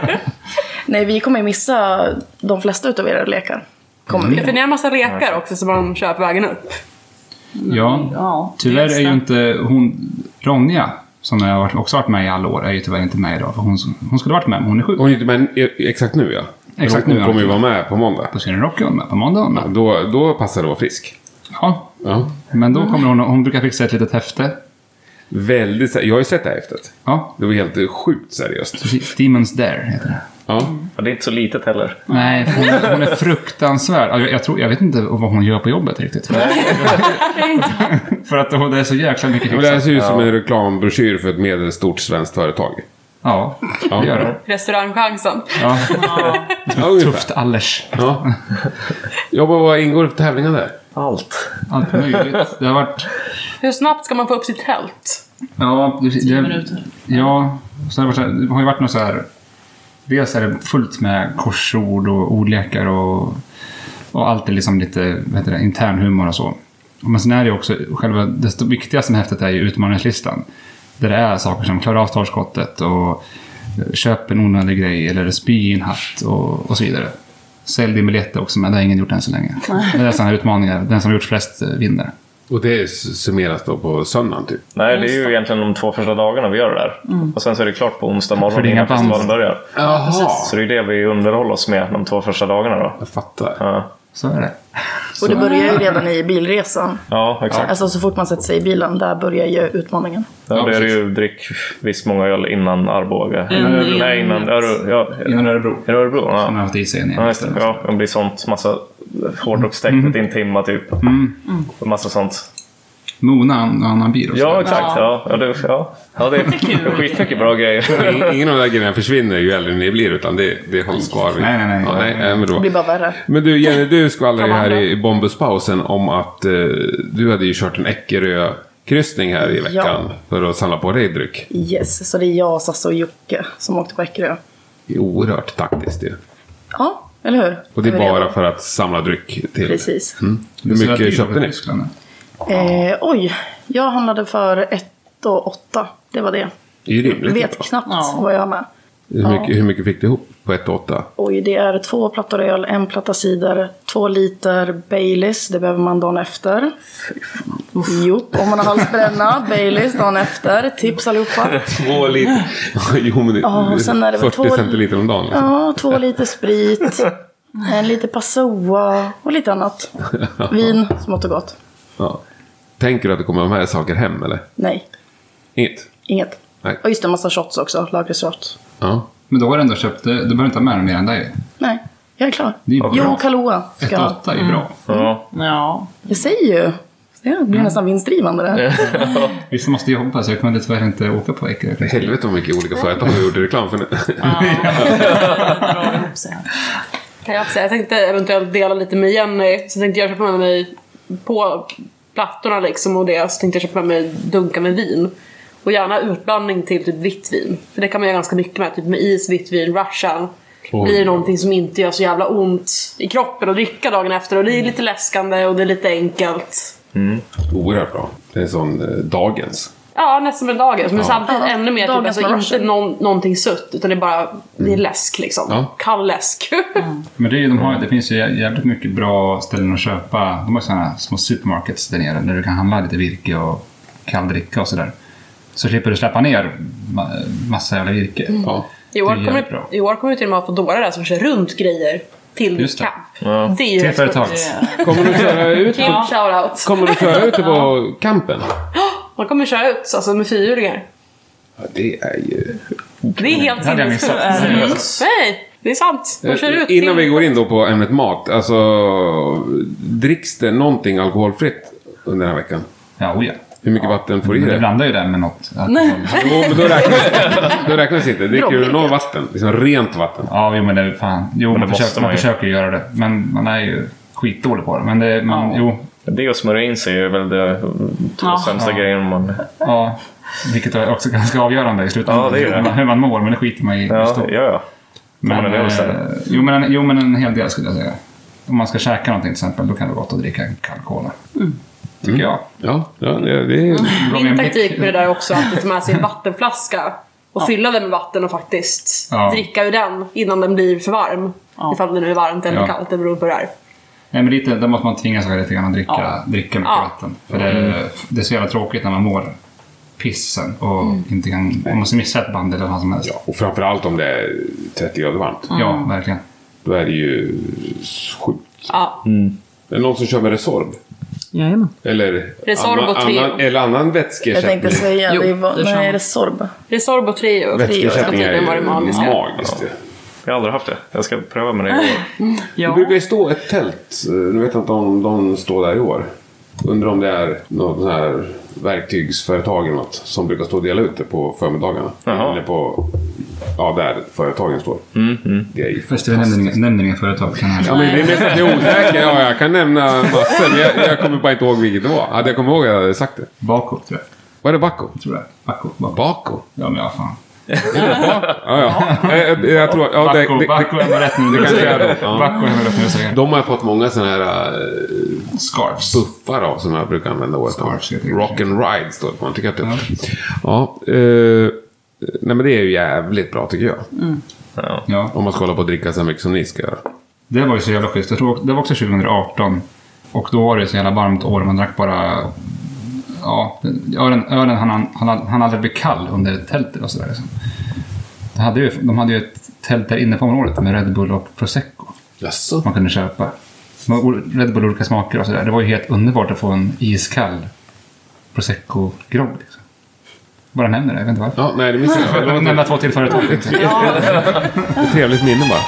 Speaker 7: Nej, vi kommer ju missa de flesta utav era lekar. Kommer vi.
Speaker 9: För ni har en massa lekar också som man kör på vägen upp.
Speaker 4: Ja. Tyvärr är ju inte hon... Ronja, som jag har varit- också varit med i alla år, är ju tyvärr inte med idag. För hon, hon skulle varit med, men hon är sjuk.
Speaker 5: Hon är inte med eh, exakt nu ja. Men
Speaker 4: Exakt
Speaker 5: hon
Speaker 4: nu, ja.
Speaker 5: kommer ju vara med på måndag.
Speaker 4: På Sweden Rock är hon med. På måndag är hon med.
Speaker 5: Då, då passar det att vara frisk.
Speaker 4: Ja.
Speaker 5: Ja.
Speaker 4: Men då kommer hon... Hon brukar fixa ett litet häfte.
Speaker 5: Väldigt, sä- jag har ju sett det här häftet.
Speaker 4: Ja.
Speaker 5: Det var helt sjukt seriöst.
Speaker 4: precis. Demons Dare heter det.
Speaker 5: Ja.
Speaker 1: Ja, Det är inte så litet heller.
Speaker 4: Nej, hon, hon är fruktansvärd. Jag, jag, tror, jag vet inte vad hon gör på jobbet riktigt. <laughs> för att hon- det är så jäkla mycket
Speaker 5: Men det här
Speaker 4: fixat.
Speaker 5: ser ju ut som en reklambroschyr för ett medelstort svenskt företag.
Speaker 4: Ja, det gör det.
Speaker 9: Restaurangchansen.
Speaker 4: Ja.
Speaker 5: Ja, ungefär.
Speaker 4: Tufft allers.
Speaker 5: <laughs> Ja. ja, men vad ingår det för tävlingar där?
Speaker 1: Allt.
Speaker 4: Allt möjligt. Det har varit...
Speaker 9: Hur snabbt ska man få upp sitt tält?
Speaker 4: Ja, det,
Speaker 3: Tio
Speaker 4: det,
Speaker 3: minuter.
Speaker 4: ja så har det, varit, så här- det har ju varit något så här... Dels är det fullt med korsord och ordlekar och, och allt är liksom lite vad heter det, intern humor och så. Men sen är det ju också själva det viktigaste med häftet är ju utmaningslistan. Där det är saker som klara av startskottet och eh, köp en onödig grej eller spy i en hatt och, och så vidare. Sälj din biljett är också men det har ingen gjort än så länge. Det är sådana här utmaningar. Den som har gjort flest eh, vinner.
Speaker 5: Och det summeras då på söndagen typ.
Speaker 1: Nej, det Mm. är ju egentligen de två första dagarna vi gör det där. Och sen så är det klart på onsdag
Speaker 4: För
Speaker 1: morgon
Speaker 4: det är inga
Speaker 1: innan
Speaker 4: band.
Speaker 1: festivalen börjar.
Speaker 5: Jaha.
Speaker 1: Så det är det vi underhåller oss med de två första dagarna då.
Speaker 5: Jag fattar.
Speaker 1: Ja,
Speaker 4: Så är det.
Speaker 7: Och det börjar ju redan i bilresan.
Speaker 1: ja exakt.
Speaker 7: Alltså så fort man sätter sig i bilen, där börjar ju utmaningen.
Speaker 1: Ja, då är det ju drick visst många öl innan Arboga.
Speaker 3: Mm.
Speaker 1: Nej, innan Örebro. Ja,
Speaker 4: Innan Örebro.
Speaker 1: är det Örebro?
Speaker 4: Han har
Speaker 1: Ja.
Speaker 4: haft i sig en Mm.
Speaker 1: Ja,
Speaker 4: egen
Speaker 1: just det.
Speaker 4: ställe.
Speaker 1: Ja, det blir sånt. Massa hårdrockstäcket i en timma typ.
Speaker 4: Mm.
Speaker 1: Och Massa sånt.
Speaker 4: Mona har en annan bil också.
Speaker 1: Ja, exakt. Ja, ja, det, ja. ja det är skitmycket bra grejer.
Speaker 4: <laughs>
Speaker 5: Ingen- Ingen av de där grejerna försvinner ju äldre ni blir utan det, det hålls kvar.
Speaker 4: Nej, nej, nej.
Speaker 5: Ja, nej, nej, men,
Speaker 7: Det
Speaker 5: då.
Speaker 7: blir bara värre.
Speaker 5: men du Jenny, du skvallrade ju
Speaker 9: Från
Speaker 5: här
Speaker 9: andra.
Speaker 5: i bombuspausen om att eh, du hade ju kört en Eckerö kryssning här i veckan för att samla på dig dryck.
Speaker 7: Yes, så det är jag, Sasse och Jocke som åkte på Eckerö.
Speaker 5: Det är oerhört taktiskt ju.
Speaker 7: Ja, eller hur?
Speaker 5: Och det
Speaker 7: Är
Speaker 5: är
Speaker 7: vi redo?
Speaker 5: bara för att samla dryck till. Mm.
Speaker 7: Precis.
Speaker 5: Hur mycket köpte ni?
Speaker 7: Eh, oj, jag handlade för 1 och 8. Det var det.
Speaker 5: Det är ju rimligt.
Speaker 7: Vet knappt vad jag har med.
Speaker 5: Hur mycket, hur mycket fick du ihop på 1 8?
Speaker 7: Oj, det är två plattor öl, en platta cider, två liter Baileys. Det behöver man dagen efter. Jo, om man har halsbränna, Baileys dagen efter. Tips allihopa.
Speaker 5: Två liter. <laughs> jo, men det,
Speaker 7: Ja, och sen är det väl
Speaker 5: 40
Speaker 7: två-
Speaker 5: centiliter om dagen. Liksom.
Speaker 7: Ja, två liter sprit, en liter Passoa och lite annat. Vin, smått och gott.
Speaker 5: Ja. Tänker du att det kommer de här saker hem eller?
Speaker 7: Nej,
Speaker 5: Inget?
Speaker 7: inget.
Speaker 5: Nej.
Speaker 7: Och just en massa shots också, lakritsshot.
Speaker 5: Ja.
Speaker 4: Men då har du ändå köpt det. Du behöver inte ha med dig mer än dig.
Speaker 7: Nej, jag är klar.
Speaker 4: Det är bra.
Speaker 7: Jo, Kahlua ska jag ha.
Speaker 4: 1-8 är
Speaker 9: Mm.
Speaker 4: bra.
Speaker 1: Ja.
Speaker 3: Ja.
Speaker 7: Jag säger ju. Det blir nästan vinstdrivande det här.
Speaker 4: Vissa måste jobba så jag kunde tyvärr inte åka på Ekerö.
Speaker 5: Helvete vad mycket olika företag har gjort reklam för nu.
Speaker 3: Drar ihop sig.
Speaker 9: Kan jag, också säga. jag tänkte eventuellt dela lite med Jenny. Så tänkte jag köpa med mig på plattorna liksom och det. Så tänkte jag köpa med mig dunkar med vin. Och gärna utblandning till typ vitt vin. För det kan man göra ganska mycket med. Typ med is, vitt vin, russian.
Speaker 5: Oj.
Speaker 9: blir någonting som inte gör så jävla ont i kroppen att dricka dagen efter. Och det
Speaker 5: Mm.
Speaker 9: är lite läskande och det är lite enkelt.
Speaker 5: <laughs> Oerhört bra. Det är en sån eh, dagens.
Speaker 9: Ja, nästan med dagens. Men samtidigt
Speaker 7: Ja.
Speaker 9: ännu mer
Speaker 7: Dagens
Speaker 9: typ, alltså,
Speaker 7: med
Speaker 9: inte
Speaker 7: russian.
Speaker 9: någon, någonting sött. Utan det är bara det är läsk liksom.
Speaker 5: Mm. Ja.
Speaker 9: Kall läsk.
Speaker 4: Men det, är ju- de har, det finns ju jä- jävligt mycket bra ställen att köpa. De har sådana små supermarkets där nere där du kan handla lite virke och kall dricka och sådär. Så slipper du släppa ner ma- massa jävla virke.
Speaker 5: Ja.
Speaker 9: Mm. I år,
Speaker 4: Det är
Speaker 9: kommer,
Speaker 4: jävligt bra.
Speaker 9: I år kommer vi till och med att få dårar där som kör runt grejer till
Speaker 4: Just det.
Speaker 9: kamp. Det är ju
Speaker 4: Till
Speaker 9: rätt sjukt.
Speaker 4: företag.
Speaker 5: Kommer du köra ut
Speaker 9: Kim,
Speaker 5: på,
Speaker 9: shoutout.
Speaker 5: kommer du köra ut på campen?
Speaker 9: De kommer köra ut alltså, med fyrhjulingar.
Speaker 5: Ja, det är ju...
Speaker 9: Det är helt
Speaker 4: Det hade jag
Speaker 9: sinnessjukt.
Speaker 4: missat. Mm.
Speaker 9: Nej, det är sant. De kör ut
Speaker 5: Eh, Innan vi
Speaker 9: till...
Speaker 5: går in då på ämnet mat. Alltså, dricks det någonting alkoholfritt under den här veckan?
Speaker 4: Ja, Mm, oja.
Speaker 5: Hur mycket vatten får du i
Speaker 4: Men du
Speaker 5: dig?
Speaker 4: blandar ju det med något. Att-
Speaker 5: Jo, men då räknas det då räknas det inte. Dricker du något vatten? Liksom rent vatten?
Speaker 4: Ja, jo men det är fan. Jo,
Speaker 1: Men det
Speaker 4: man,
Speaker 1: måste
Speaker 4: försöker,
Speaker 1: man
Speaker 4: man
Speaker 1: ju.
Speaker 4: försöker ju göra det. Men man är ju skitdålig på det. Men det, man, jo.
Speaker 1: Det och smörja in sig är väl det två
Speaker 3: Ja.
Speaker 1: sämsta grejerna man...
Speaker 4: Ja. Vilket är också ganska avgörande i slutändan.
Speaker 1: Ja, det är det.
Speaker 4: Hur man- Hur man mår, men det skiter man i just
Speaker 1: Ja,
Speaker 4: då.
Speaker 1: ja. ja.
Speaker 4: Men,
Speaker 1: men det är väl
Speaker 4: eh,
Speaker 1: så.
Speaker 4: jo, men en, jo, men en hel del skulle jag säga. Om man ska käka någonting till exempel, då kan det vara gott att dricka en kall cola. Tycker jag.
Speaker 5: Ja, ja det, det är...
Speaker 4: Gav mig en
Speaker 9: Mm. Min
Speaker 4: blick.
Speaker 9: taktik med det där är också att ta med sig en vattenflaska och fylla den med vatten och faktiskt
Speaker 4: Ja.
Speaker 9: dricka ur den innan den blir för varm.
Speaker 3: Ja.
Speaker 9: Ifall det nu är varmt eller
Speaker 4: Ja.
Speaker 9: kallt, det beror på hur det är.
Speaker 4: Nej, men lite, där måste man tvinga sig lite grann att dricka,
Speaker 3: Ja.
Speaker 4: dricka mycket
Speaker 9: Ja.
Speaker 4: vatten. För det, det är så jävla tråkigt när man mår piss sen och
Speaker 9: Mm.
Speaker 4: inte kan, man måste missa ett band eller vad som helst.
Speaker 5: Ja, och framförallt om det är 30 grader varmt.
Speaker 4: Ja,
Speaker 9: Mm.
Speaker 4: verkligen.
Speaker 5: Då är det ju sjukt.
Speaker 9: Ja.
Speaker 4: Mm.
Speaker 5: Är det någon som kör med Resorb?
Speaker 3: Jajamän.
Speaker 5: Eller,
Speaker 9: Resorb och
Speaker 5: annan,
Speaker 9: Treo.
Speaker 5: annan, eller annan
Speaker 7: Jag
Speaker 5: vätskeersättning?
Speaker 7: tänkte säga,
Speaker 3: Jo,
Speaker 7: det var,
Speaker 3: det är
Speaker 7: nej,
Speaker 3: samma.
Speaker 7: är det Sorb?
Speaker 9: Resorb och Treo.
Speaker 5: Vätskeersättning
Speaker 9: Treo
Speaker 5: är
Speaker 9: har
Speaker 5: ju
Speaker 9: varit magiska.
Speaker 5: magiskt ju.
Speaker 1: Jag har aldrig haft det. Jag ska pröva med det
Speaker 4: <laughs>
Speaker 1: i år.
Speaker 5: Det
Speaker 3: Ja.
Speaker 5: brukar ju stå ett tält. eh, Nu vet jag inte om de står där i år. Undrar om det är något sån här verktygsföretag eller något som brukar stå och dela ut det på förmiddagarna.
Speaker 1: Jaha.
Speaker 5: Eller på... Ja, där företagen står. Det är ju
Speaker 4: Först, jag nämner inga- nämner inga företag. Kan jag.
Speaker 5: Ja, men det är mest att jag är osäker. Ja, jag kan nämna massor. Men jag, jag kommer bara inte ihåg vilket det var. Hade jag kommit ihåg hade jag sagt det.
Speaker 4: Baco, tror jag.
Speaker 5: Var det Baco?
Speaker 4: Tror jag. Baco. Baco.
Speaker 5: Baco?
Speaker 4: Ja, men ja, fan.
Speaker 5: Ja, ja. Jag, jag, jag tror... Ja, det,
Speaker 4: Baco,
Speaker 5: det,
Speaker 4: Baco är väl rätt nu.
Speaker 5: det kanske är det. Ja.
Speaker 4: Baco är väl rätt nu, säger
Speaker 5: de har fått många sådana här eh,
Speaker 4: Scarfs.
Speaker 5: buffar av som jag brukar använda året om.
Speaker 4: Scarves heter det.
Speaker 5: Rock and ride står det på. Man tycker att det är Ja. eh, nej, men det är ju jävligt bra tycker jag.
Speaker 4: Ja.
Speaker 5: Om man ska hålla på och dricka så mycket som ni ska göra.
Speaker 4: Det var ju så jävla schysst. Jag tror, det var också 2018. Och då var det så jävla varmt år. Man drack bara... Ja, den- ölen, ölen han, han, han aldrig bli kall under tältet och sådär. Liksom. De, hade ju, de hade ju ett tält där inne på området med Red Bull och Prosecco.
Speaker 5: Jaså?
Speaker 4: Man kunde köpa. De har ol- Red Bull olika smaker och sådär. Det var ju helt underbart att få en iskall Prosecco-grogg. Liksom. Bara nämner det, jag vet inte varför.
Speaker 5: Ja, nej, det missade jag.
Speaker 4: Jag nämnde två till företag.
Speaker 5: Ett trevligt minne bara.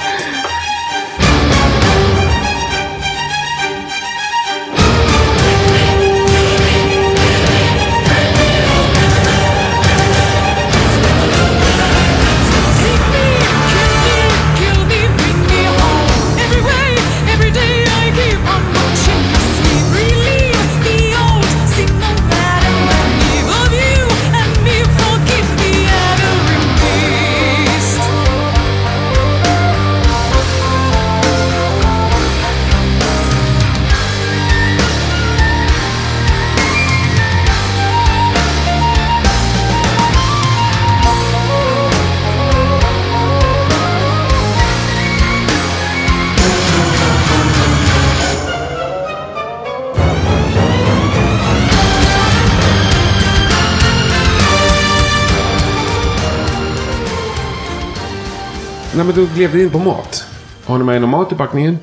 Speaker 11: Forgive me, I'd erase.
Speaker 5: Nej, men du gled vi in på mat. Har ni med er någon mat i packningen?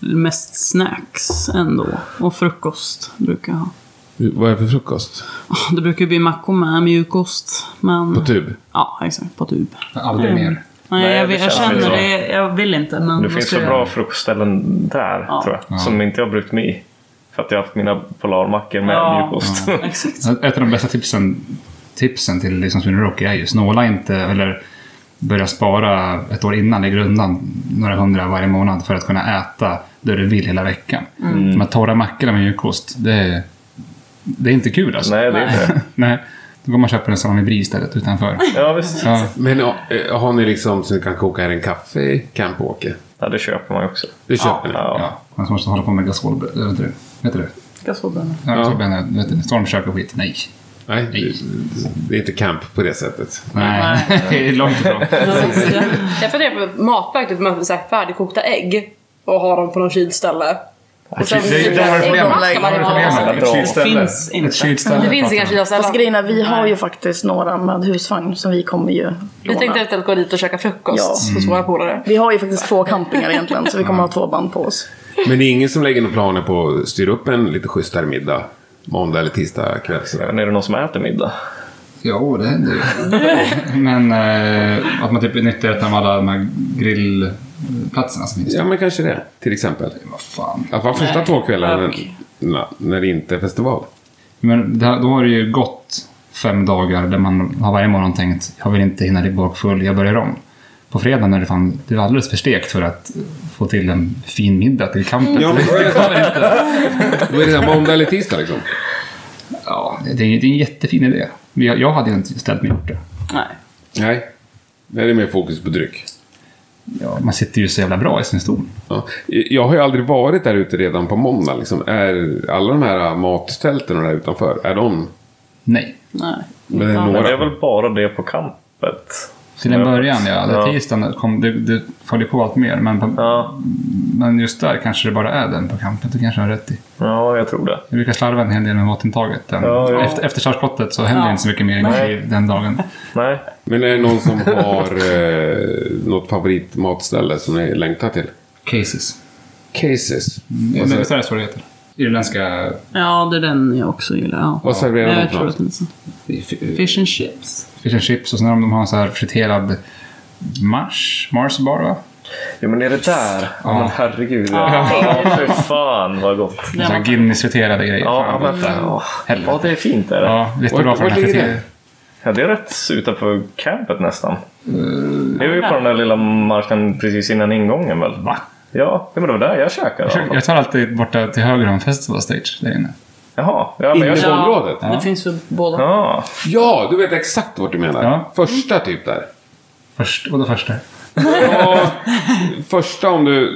Speaker 3: Mest snacks ändå. Och frukost brukar jag ha.
Speaker 5: Vad är det för frukost?
Speaker 3: Åh, Det brukar ju bli mackor med mjukost. Men...
Speaker 5: På tub?
Speaker 3: Ja, exakt. På tub.
Speaker 4: Aldrig mer.
Speaker 3: Nej,
Speaker 1: Nej,
Speaker 3: jag,
Speaker 1: det
Speaker 3: vet- jag
Speaker 1: känns
Speaker 3: känner
Speaker 1: så.
Speaker 3: det. Jag vill inte, men...
Speaker 1: Det
Speaker 3: vad
Speaker 1: finns
Speaker 3: ska
Speaker 1: så
Speaker 3: jag
Speaker 1: bra
Speaker 3: göra?
Speaker 1: frukostställen där,
Speaker 3: Ja.
Speaker 1: tror jag. Som inte jag har brukt mig i. För att jag har haft mina polarmackor med
Speaker 3: Ja.
Speaker 1: mjukost.
Speaker 3: Exakt.
Speaker 4: Ett av de bästa tipsen, tipsen till liksom Sweden Rock är ju snåla inte eller börja spara ett år innan. Lägger undan några hundra varje månad för att kunna äta det du vill hela veckan.
Speaker 1: Mm.
Speaker 4: De här torra mackorna med mjukost, det är, det är inte kul alltså.
Speaker 1: Nej, det är inte det.
Speaker 4: <laughs> Nej. Då går man och köper en salami brie istället utanför.
Speaker 1: <laughs> Ja, visst.
Speaker 4: Ja.
Speaker 5: Men eh, har ni liksom så ni kan koka er en kaffe i campåker?
Speaker 1: Ja, det köper man ju också.
Speaker 5: Det köper ni?
Speaker 1: Ja.
Speaker 4: Ja, man måste hålla på med gasol... Vet du det? Vet du det?
Speaker 3: Gasolbrännare.
Speaker 4: Ja. gasolbrännare, vet du det? Stormkök och skit. Nej.
Speaker 5: Nej, det- det är inte camp på det sättet.
Speaker 4: Nej, <laughs> det är långt
Speaker 1: <laughs>
Speaker 4: ifrån.
Speaker 9: Jag funderar på matverket med så här färdigkokta ägg och ha dem på någon kylställe. Och sen-
Speaker 4: Det är ju där har du problemet.
Speaker 9: äggmacka varje
Speaker 4: Där
Speaker 9: dag.
Speaker 4: har du
Speaker 1: Det
Speaker 4: problemet.
Speaker 3: Det finns
Speaker 4: Ett
Speaker 3: inte.
Speaker 4: kylställe.
Speaker 9: Det finns
Speaker 4: pratar
Speaker 9: inga
Speaker 4: om.
Speaker 9: kylställen.
Speaker 7: Fast grejen är, vi har ju faktiskt några med husvagn som vi kommer ju
Speaker 9: Vi
Speaker 7: låna.
Speaker 9: tänkte eventuellt gå dit och käka frukost
Speaker 7: Ja.
Speaker 9: hos våra polare.
Speaker 7: Vi har ju faktiskt två campingar egentligen, så vi kommer ha två band på oss.
Speaker 5: Men det är ingen som lägger några planer på att styra upp en lite schysstare middag? Måndag eller tisdag kväll sådär.
Speaker 1: Men är det någon som äter middag?
Speaker 4: Jo, det händer ju. Men eh, att man typ nyttjar ett av alla de här grillplatserna som finns.
Speaker 5: Ja, men kanske det. Till exempel.
Speaker 4: Vad fan.
Speaker 5: Att vara första två kvällarna
Speaker 3: okej.
Speaker 5: när, när det inte är festival.
Speaker 4: Men det här, då har det ju gått fem dagar där man har varje morgon tänkt jag vill inte hinna bli bakfull, jag börjar om. På fredagen är det fan, du är alldeles för stekt för att få till en fin middag till kampen.
Speaker 5: Ja, men då är det, <laughs> då är det så här måndag eller tisdag liksom.
Speaker 4: Ja, det är, det är en jättefin idé. Men Jag, jag hade ju inte ställt mig och gjort det.
Speaker 3: Nej.
Speaker 5: Nej. Det är mer fokus på dryck.
Speaker 4: Ja, man sitter ju så jävla bra i sin stol.
Speaker 5: Ja. Jag har ju aldrig varit där ute redan på måndag. Liksom. Är alla de här mattälten och det där utanför, är de...
Speaker 4: Nej.
Speaker 3: Nej.
Speaker 5: Men det är
Speaker 3: Inte
Speaker 1: Men
Speaker 5: några.
Speaker 1: det är väl bara det på campet?
Speaker 4: Till en början ja, ja. tisdagen kom, det, det följde på allt mer. Men, på,
Speaker 1: Ja,
Speaker 4: men just där kanske det bara är den på kampen, det kanske jag har rätt i.
Speaker 1: ja, jag tror det.
Speaker 4: Jag brukar slarva en hel del med matintaget. Den,
Speaker 1: Ja, ja.
Speaker 4: Efter, efter startskottet så händer
Speaker 3: Ja.
Speaker 4: inte så mycket mer i mitt liv den dagen.
Speaker 1: Nej.
Speaker 5: Men är det någon som har eh, något favoritmatställe som ni längtar till?
Speaker 4: Cases.
Speaker 5: Cases.
Speaker 4: Mm, men visst är det så det heter? Irländska...
Speaker 3: Ja, det är den jag också gillar. Ja.
Speaker 5: Vad serverar
Speaker 3: Nej,
Speaker 5: de
Speaker 3: jag
Speaker 5: för
Speaker 3: tror
Speaker 5: något?
Speaker 3: att det är så. Fish and chips.
Speaker 4: Fish and chips och sen om de har så här friterad mars, mars bar va?
Speaker 1: Jo, men är det där? Ja, men herregud. Ja, fy fan vad gott.
Speaker 4: Så här Guinness-friterade grejer.
Speaker 1: Ja,
Speaker 4: Fan,
Speaker 1: ja, vänta. Ja,
Speaker 4: Helvete.
Speaker 1: Ja, det är fint är det. Ja.
Speaker 4: Ja, lite
Speaker 5: Vart-
Speaker 4: bra för den
Speaker 5: vart
Speaker 4: här
Speaker 5: ligger
Speaker 4: friterade.
Speaker 1: det är rätt utanför campet nästan.
Speaker 5: Mm.
Speaker 1: det är ju på den där lilla marken precis innan ingången väl?
Speaker 4: Va?
Speaker 1: Ja, ja, men det var där jag käkade. i alla fall.
Speaker 4: Jag tar alltid borta till höger om Festival Stage där inne.
Speaker 1: Jaha. Ja, men
Speaker 5: Inne
Speaker 1: jag
Speaker 5: på
Speaker 1: käkade...
Speaker 5: området?
Speaker 3: Det finns ju båda.
Speaker 1: Ja.
Speaker 5: Ja, du vet exakt vart du menar.
Speaker 4: Ja.
Speaker 5: Första typ där.
Speaker 4: Först, och då första.
Speaker 5: Ja, första om du,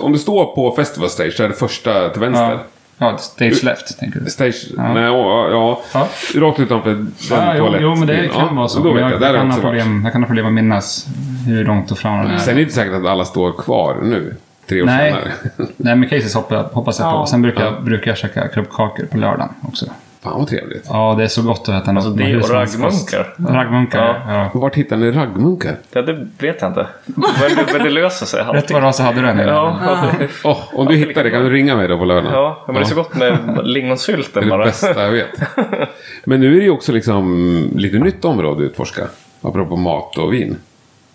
Speaker 5: om du står på Festival Stage, så är det första till vänster.
Speaker 4: Ja. ja, stage left tänker du.
Speaker 5: Stage,
Speaker 4: Ja.
Speaker 5: nej, ja, ja.
Speaker 4: Ja.
Speaker 5: Rakt utanför den
Speaker 4: Ja, jo,
Speaker 5: toaletten.
Speaker 4: jo, men det kan vara så.
Speaker 5: Då vet jag,
Speaker 4: jag,
Speaker 5: där
Speaker 4: kan
Speaker 5: har jag
Speaker 4: ha
Speaker 5: också varit.
Speaker 4: problem, jag kan ha problem att minnas hur långt och fram den
Speaker 5: Sen är
Speaker 4: är.
Speaker 5: det inte säkert att alla står kvar nu, tre år
Speaker 4: Nej.
Speaker 5: senare. <laughs>
Speaker 4: <laughs> Nej, men cases hoppas, hoppas jag på. Sen brukar, jag, brukar jag käka krubbkakor på lördagen också.
Speaker 5: Fan vad trevligt.
Speaker 4: Ja, det är så gott att äta något.
Speaker 1: Alltså, det är
Speaker 4: med
Speaker 1: och
Speaker 4: husmanskost.
Speaker 1: raggmunkar.
Speaker 4: Raggmunkar,
Speaker 1: Ja.
Speaker 4: ja. ja.
Speaker 5: Vart hittar ni raggmunkar?
Speaker 1: Ja, det vet jag inte. Men det, men det löser sig
Speaker 4: Rätt
Speaker 1: alltid.
Speaker 4: vad det var så hade du en.
Speaker 1: Ja, ja.
Speaker 5: Åh, om du hittar det kan du ringa mig då på lördagen.
Speaker 1: ja, men det är så gott med
Speaker 5: Det
Speaker 1: lingonsylten
Speaker 5: är det
Speaker 1: bara.
Speaker 5: bästa jag vet. Men nu är det ju också liksom lite nytt område att utforska. Apropå mat och vin.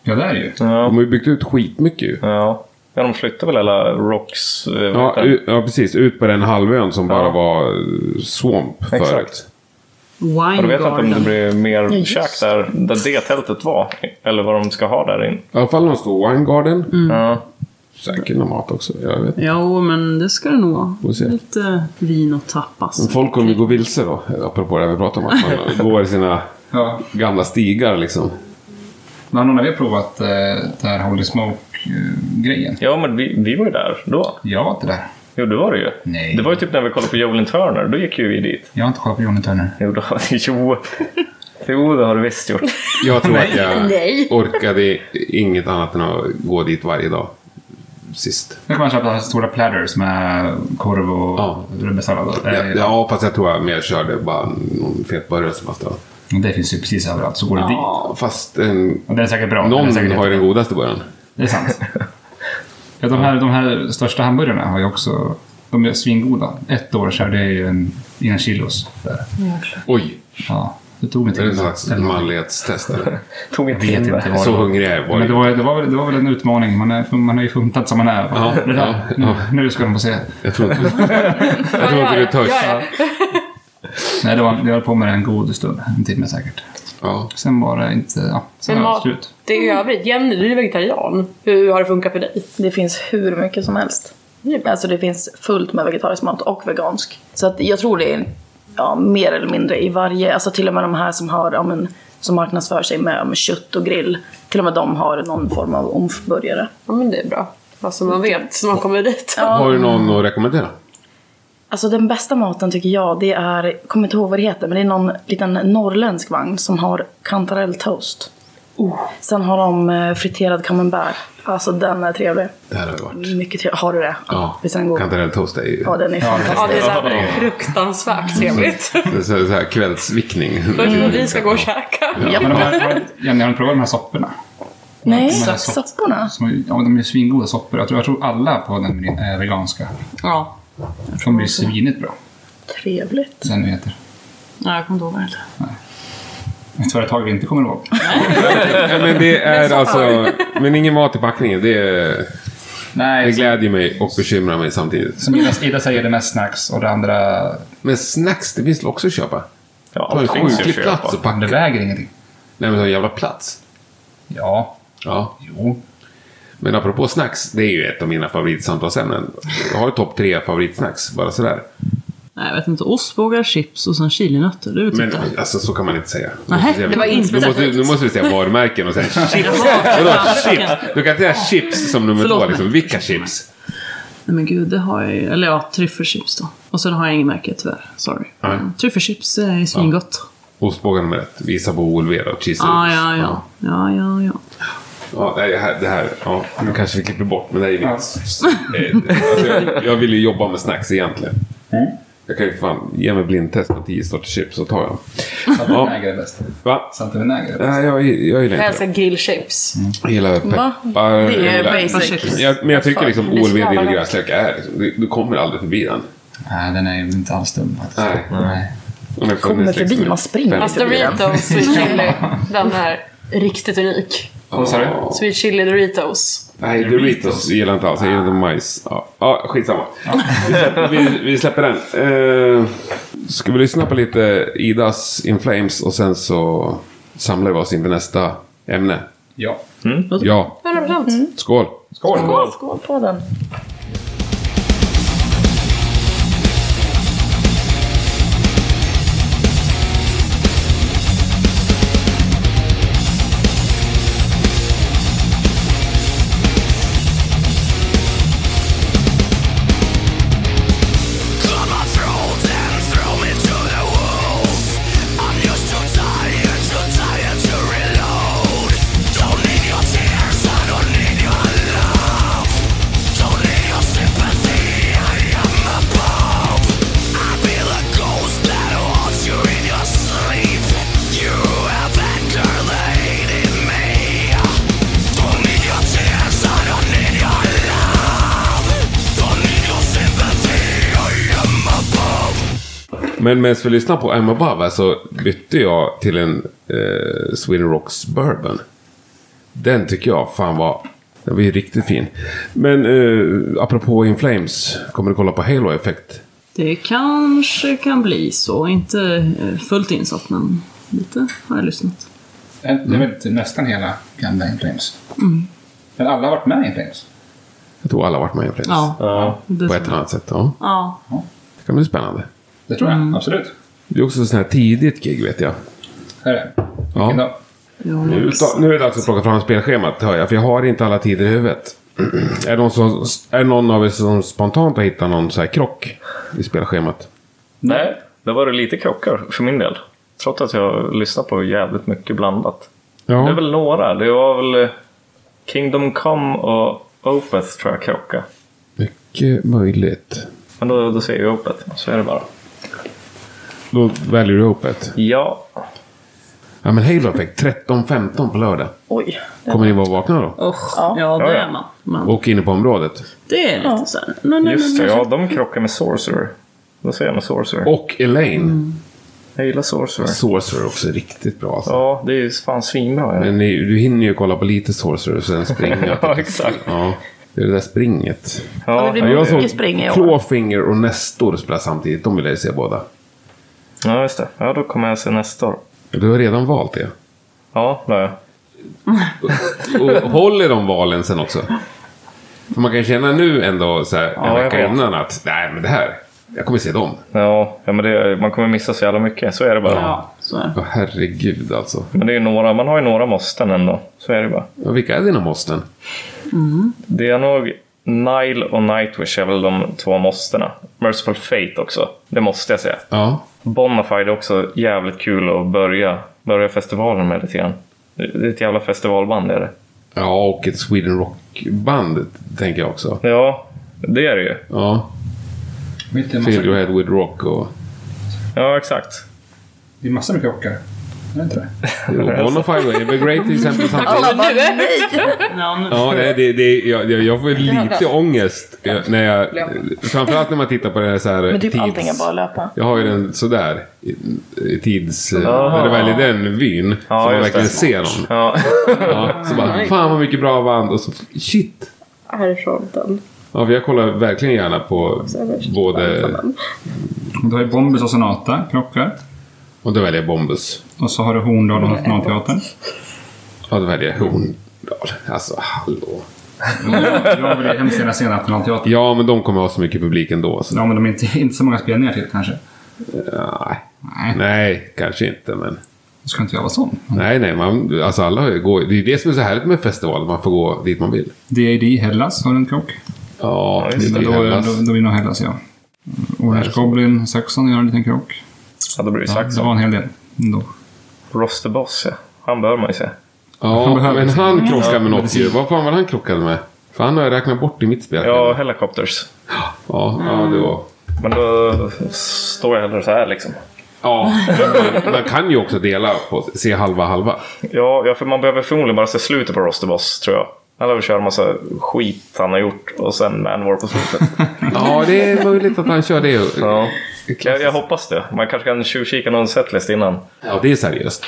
Speaker 4: ja, det är det ju.
Speaker 5: De har ju byggt ut skitmycket ju.
Speaker 1: Ja. ja, de flyttar väl alla Rocks... eh, vad
Speaker 5: Ja,
Speaker 1: heter det?
Speaker 5: u- ja, precis. Ut på den halvön som bara
Speaker 1: Ja.
Speaker 5: var eh, swamp
Speaker 1: Exakt.
Speaker 5: förut.
Speaker 1: Och
Speaker 3: Wine
Speaker 1: du vet inte om det
Speaker 3: garden.
Speaker 1: blir mer
Speaker 7: just
Speaker 1: kök där, där det tältet var? Eller vad de ska ha där in?
Speaker 5: I alla fall någon stor wine garden.
Speaker 1: Ja.
Speaker 5: Säkert någon mat också. Jag vet.
Speaker 3: Jo, men det ska det nog vara.
Speaker 5: Får se. Mm.
Speaker 3: Lite vin och tapas.
Speaker 5: Folk kommer ju gå vilse då. Apropå det vi pratade om. Att man går i sina
Speaker 4: Ja.
Speaker 5: gamla stigar liksom.
Speaker 4: Men någon av er provat eh, det här Holy Smoke-grejen?
Speaker 1: ja, men vi, vi var ju där då.
Speaker 4: Jag var inte där.
Speaker 1: Jo, det var det ju.
Speaker 4: Nej.
Speaker 1: Det var ju typ när vi kollade på Jolin Turner. Då gick ju vi dit.
Speaker 4: Jag har inte kollat på Johnny Turner.
Speaker 1: Jo, då, <laughs> jo. jo det har du visst gjort.
Speaker 5: Jag tror att jag orkade inget annat än att gå dit varje dag. Sist.
Speaker 4: Nu kan man köpa stora platters med korv och
Speaker 5: Ja.
Speaker 4: rödbetssallad. Eh,
Speaker 5: Ja, ja, fast jag tror jag mer körde bara någon fet burgare som jag stod.
Speaker 4: Och Det finns ju precis överallt, så går det dit.
Speaker 5: Fast en,
Speaker 4: Och den är säkert bra. den är
Speaker 5: någon
Speaker 4: säkert
Speaker 5: har ju
Speaker 4: jättebra.
Speaker 5: den godaste burgaren.
Speaker 4: Det är sant. Ja, de, här, de här största hamburgarna har ju också... De är svingoda. Ett år körde jag ju en, i en kilos. Där.
Speaker 5: Oj!
Speaker 4: Ja, det tog mig
Speaker 5: Är det en
Speaker 4: till
Speaker 5: slags manlighetstest? eller?
Speaker 1: Tog en
Speaker 4: vet inte
Speaker 1: timme.
Speaker 4: vad
Speaker 5: Så hungrig är jag
Speaker 4: Men det
Speaker 5: var
Speaker 4: var, det, var väl, det var väl en utmaning. Man, är, man har ju funtat som man är.
Speaker 5: Ja,
Speaker 4: det
Speaker 5: ja,
Speaker 4: där, nu, nu ska de få se.
Speaker 5: Jag tror <laughs> inte, jag tror inte du törs.
Speaker 4: Nej, det var, jag höll på med det en god stund. En timme säkert.
Speaker 5: Ja.
Speaker 4: Sen var det inte... Ja, sen
Speaker 9: Men
Speaker 4: var det
Speaker 9: mat-
Speaker 4: slut.
Speaker 9: Det är övrigt. Jenny, du är vegetarian. Hur har det funkat för dig?
Speaker 7: Det finns hur mycket som helst. Alltså det finns fullt med vegetarisk mat och vegansk. Så att jag tror det är ja, mer eller mindre i varje, alltså till och med de här som har, ja, men, som marknadsför sig med ja, men, kött och grill. Till och med de har någon form av omfburgare.
Speaker 9: Ja, men det är bra. Alltså man vet när man kommer dit.
Speaker 5: Har du någon att rekommendera?
Speaker 7: Alltså den bästa maten tycker jag, det är, jag kommer inte ihåg vad det heter, men det är någon liten norrländsk vagn som har kantarelltoast.
Speaker 9: Oh.
Speaker 7: Sen har de eh, friterad camembert. Alltså den är trevlig.
Speaker 5: Det här har ju varit.
Speaker 7: Mycket trevlig. Har du det?
Speaker 5: Ja,
Speaker 7: Visst är den god?
Speaker 5: kantarelltoast är ju
Speaker 7: Ja, den är fantastisk.
Speaker 9: Ja, det är så här fruktansvärt trevligt.
Speaker 5: det är så här- så här kvällsvickning. Mm.
Speaker 9: Vi ska gå och käka.
Speaker 7: Ja.
Speaker 4: Men de här, har- Jenny, har du provat de här sopporna?
Speaker 7: Nej,
Speaker 4: de här sopp-
Speaker 7: sopporna.
Speaker 4: Som, är- ja, men de är ju svingoda soppor. Jag tror, jag tror alla på den menyn är veganska.
Speaker 3: Ja.
Speaker 4: De blir svinigt bra.
Speaker 7: Trevligt.
Speaker 4: Den nu heter.
Speaker 3: Nej, jag kommer inte ihåg vad det heter.
Speaker 4: Ett företag vi inte kommer ihåg.
Speaker 5: Ja, men det är alltså... Men ingen mat i packningen. Det, är, det
Speaker 4: Nej,
Speaker 5: glädjer mig och bekymrar mig samtidigt.
Speaker 4: som Ida, Ida säger, det är mest snacks och det andra...
Speaker 5: Men snacks, det finns väl också att köpa?
Speaker 1: Ja,
Speaker 5: Ta en
Speaker 1: allt finns ju
Speaker 5: sjuklig
Speaker 1: att köpa.
Speaker 5: plats och
Speaker 4: Men det
Speaker 5: packa.
Speaker 4: väger ingenting.
Speaker 5: Nej, men ta en jävla plats.
Speaker 4: Ja,
Speaker 5: Ja.
Speaker 4: jo.
Speaker 5: Men apropå snacks, det är ju ett av mina favoritsamtalsämnen. Jag har ju topp tre favoritsnacks, bara sådär.
Speaker 3: Nej, jag vet inte. Ostbågar, chips och sen chilinötter. Det är väl typ
Speaker 5: Men
Speaker 3: det.
Speaker 5: alltså, så kan man inte säga. Du
Speaker 3: Nej,
Speaker 5: måste säga-
Speaker 3: det var inte
Speaker 5: du måste, du måste säga varumärken och säga chips. Vadå chips? Du kan inte säga chips som nummer
Speaker 3: Förlåt
Speaker 5: två.
Speaker 3: mig.
Speaker 5: Liksom. Vilka chips?
Speaker 3: Nej men gud, det har jag ju. Eller ja, tryffelchips då. Och sen har jag inget märke tyvärr. Sorry.
Speaker 5: Nej.
Speaker 3: Mm. Tryffelchips är svingott.
Speaker 5: Ostbågarna med rätt. Visa på Olveda och cheese
Speaker 3: Ja, Ah, ja, ja. Ja, ja, ja.
Speaker 5: Ja, nej, det här, det här ja, nu kanske vi klipper bort, men det här är mitt... Eh, Alltså, jag, jag vill ju jobba med snacks egentligen. Jag kan ju fan ge mig blindtest på 10 sorters chips så tar jag dem.
Speaker 4: Saltavinäger är bäst.
Speaker 5: Va?
Speaker 4: Saltavinäger är bäst.
Speaker 5: Nej, jag, jag gillar
Speaker 9: Jag
Speaker 5: inte
Speaker 9: älskar grillchips.
Speaker 5: det. Jag gillar peppar.
Speaker 7: Det är
Speaker 5: jag gillar-
Speaker 7: basic.
Speaker 5: jag, men jag tycker liksom
Speaker 9: Det är så
Speaker 5: OLW
Speaker 9: jävla
Speaker 5: dill och
Speaker 9: gott.
Speaker 5: gräslöka är liksom, du, du kommer aldrig förbi den.
Speaker 4: Nej, den är ju inte alls dum faktiskt.
Speaker 5: Nej.
Speaker 4: Nej.
Speaker 5: Den har
Speaker 7: Kommer
Speaker 5: funnits
Speaker 7: förbi,
Speaker 5: liksom i
Speaker 7: man springer.
Speaker 5: fem-
Speaker 9: Alltså Doritos, sweet chili. Den är riktigt unik.
Speaker 4: Vad sa du?
Speaker 9: Sweet chili Doritos.
Speaker 5: Nej, Doritos gillar jag inte alls. Jag gillar inte majs. Ja, ja skitsamma. Vi, släpper- vi, vi släpper den. Eh, ska vi lyssna på lite Idas In Flames och sen så samlar vi oss inför nästa ämne.
Speaker 4: Ja.
Speaker 5: Ja,
Speaker 9: 100%.
Speaker 5: skål!
Speaker 4: Skål!
Speaker 7: Skål på den.
Speaker 5: Men medan vi lyssnar på I'm Above här så bytte jag till en eh, Sweden Rocks Bourbon. Den tycker jag fan var... Den var ju riktigt fin. Men eh, apropå In Flames, kommer du kolla på Halo Effect?
Speaker 3: Det kanske kan bli så. Inte eh, fullt insatt, men lite har jag lyssnat.
Speaker 4: Det är väl typ nästan hela gamla In Flames. Men alla har varit med i In Flames.
Speaker 5: Jag tror alla har varit med i In Flames.
Speaker 3: Ja. det
Speaker 5: På
Speaker 3: tror
Speaker 5: ett eller
Speaker 3: jag.
Speaker 5: annat sätt. Ja.
Speaker 3: Ja.
Speaker 5: Det kan bli spännande.
Speaker 4: Det tror jag, absolut.
Speaker 5: Det är också ett sånt här tidigt gig vet jag.
Speaker 4: Här är det. Vilken dag?
Speaker 3: Jo,
Speaker 5: Nu, ta, nu är det dags att plocka fram spelschemat hör jag, för jag har inte alla tider i huvudet. <clears throat> är, det någon som, är det någon av er som spontant har hittat någon så här krock i spelschemat?
Speaker 1: Nej, det var det lite krockar för min del. Trots att jag lyssnar på jävligt mycket blandat. Det är
Speaker 5: Ja,
Speaker 1: väl några. Det var väl eh, Kingdom Come och Opeth tror jag krockade.
Speaker 5: mycket möjligt.
Speaker 1: Men då, då säger vi Opeth, så är det bara.
Speaker 5: Då väljer du upp ett.
Speaker 1: Ja,
Speaker 5: Ja men Halo Effect 13.15 på lördag.
Speaker 7: Oj.
Speaker 5: Kommer ni vara vakna då?
Speaker 3: Usch,
Speaker 7: Ja.
Speaker 3: ja, det
Speaker 1: Ja, ja.
Speaker 3: är man. Men
Speaker 5: Och inne på området.
Speaker 3: det är lite
Speaker 7: Ja.
Speaker 3: så här. Nej, nej,
Speaker 1: Just det,
Speaker 3: nej, nej.
Speaker 1: ja de krockar med Sorcerer. Då ser jag med Sorcerer.
Speaker 5: Och Elaine.
Speaker 1: Jag gillar Sorcerer.
Speaker 5: Sorcerer också är riktigt bra alltså.
Speaker 1: Ja, det är ju fan svinbra. Ja.
Speaker 5: Men ni, du hinner ju kolla på lite Sorcerer och sen springa.
Speaker 1: ja, exakt.
Speaker 5: ja. Det är det där springet.
Speaker 7: Ja, det
Speaker 1: Ja,
Speaker 7: blir
Speaker 1: ja,
Speaker 5: jag
Speaker 7: mycket
Speaker 5: såg
Speaker 7: spring i år.
Speaker 5: Clawfinger och Nestor spela samtidigt. De vill jag se båda.
Speaker 1: just det. Ja, då kommer jag se nästa år.
Speaker 5: Du har redan valt det.
Speaker 1: Ja, det har jag.
Speaker 5: Och håller de valen sen också? För man kan ju känna nu ändå så här, en
Speaker 1: Ja, jag
Speaker 5: vecka
Speaker 1: vet.
Speaker 5: innan att nej men det här, jag kommer se dem.
Speaker 1: Ja, ja men det, man kommer missa så jävla mycket. Så är det bara.
Speaker 3: Ja, så är det.
Speaker 5: Ja herregud alltså.
Speaker 1: Men det är ju några, man har ju några måsten ändå. Så är det bara.
Speaker 5: Ja, vilka är dina måsten?
Speaker 1: Det är nog Nile och Nightwish är väl de två måstena. Merciful Fate också. Det måste jag säga.
Speaker 5: Ja.
Speaker 1: Bonafide är också jävligt kul att börja, börja festivalen med lite grann. Det det är ett jävla festivalband är det.
Speaker 5: Ja, och ett Sweden Rock-band tänker jag också.
Speaker 1: Ja, det är det ju.
Speaker 5: Ja,
Speaker 4: Det är
Speaker 5: Fill your
Speaker 4: massa,
Speaker 5: head with rock och...
Speaker 1: Ja, exakt.
Speaker 4: det är massor med krockar. Är det inte det?
Speaker 1: Alltså.
Speaker 5: Jo, Bonafide är väl great till exempel samtidigt.
Speaker 7: Alla bara, nej!
Speaker 3: Ja, nu.
Speaker 5: Ja, nej, det, det, jag, jag- jag får lite ångest eh, när jag... Framförallt när man tittar på den här, så här
Speaker 7: Men typ
Speaker 5: tids-
Speaker 7: allting är bara att löpa.
Speaker 5: Jag har ju den sådär. i- i Tids... eh,
Speaker 1: Ah.
Speaker 5: När du väljer den vyn. så man
Speaker 1: just
Speaker 5: verkligen
Speaker 1: det.
Speaker 5: ser dem.
Speaker 1: Ja.
Speaker 5: Ja, så bara, fan vad mycket bra band. Och så, shit!
Speaker 9: Härifrån den.
Speaker 5: Ja, för jag kollar verkligen gärna på både...
Speaker 4: Du har ju Bombus och Sonata, krockar.
Speaker 5: Och då väljer jag Bombus.
Speaker 4: Och så har du Horndal och Nationalteatern.
Speaker 5: Ja, då väljer jag Horndal. Alltså, hallå.
Speaker 4: Jag vill ju hemskt gärna se Nationalteatern.
Speaker 5: Ja, men de kommer ha så mycket publik ändå. Så.
Speaker 4: Ja, men de är inte, <laughs> inte så många spelningar till kanske.
Speaker 5: Nej.
Speaker 4: Nej,
Speaker 5: Nej, kanske inte, men...
Speaker 4: då ska inte jag vara sån.
Speaker 5: Nej, nej. Man, alltså alla har ju- går, det är ju det som är så härligt med festivaler. Man får gå dit man vill.
Speaker 4: DID Hellas har en krock.
Speaker 5: Ja,
Speaker 1: Ja,
Speaker 5: det
Speaker 1: just
Speaker 4: Men
Speaker 5: blir
Speaker 4: då, då,
Speaker 5: Hellas.
Speaker 4: då blir nog Hellas, ja. Mm, Orange Goblin, Saxon gör en liten krock.
Speaker 1: ja, då blir det
Speaker 4: Ja,
Speaker 1: sagt
Speaker 4: det
Speaker 1: så.
Speaker 4: var en hel del ändå.
Speaker 1: Roster Boss, ja. Han bör man ju se.
Speaker 5: Ja,
Speaker 4: Han behöver
Speaker 5: men
Speaker 4: sin-
Speaker 5: han krockade med något ju. Vad fan var det han krockade med? För han har jag räknat bort i mitt spel.
Speaker 1: Ja, Helicopters.
Speaker 5: Ja, ja, det var...
Speaker 1: Men då står jag hellre så här liksom.
Speaker 5: Ja, man, man kan ju också dela på se halva halva.
Speaker 1: Ja, ja, för man behöver förmodligen bara se slutet på Roster Boss, tror jag. Han lär väl köra massa skit han har gjort och sen Manwar på slutet.
Speaker 5: Ja, det är möjligt att han kör det.
Speaker 1: Ja. Jag, jag hoppas det. Man kanske kan tjuvkika någon setlist innan.
Speaker 5: Ja, det är seriöst.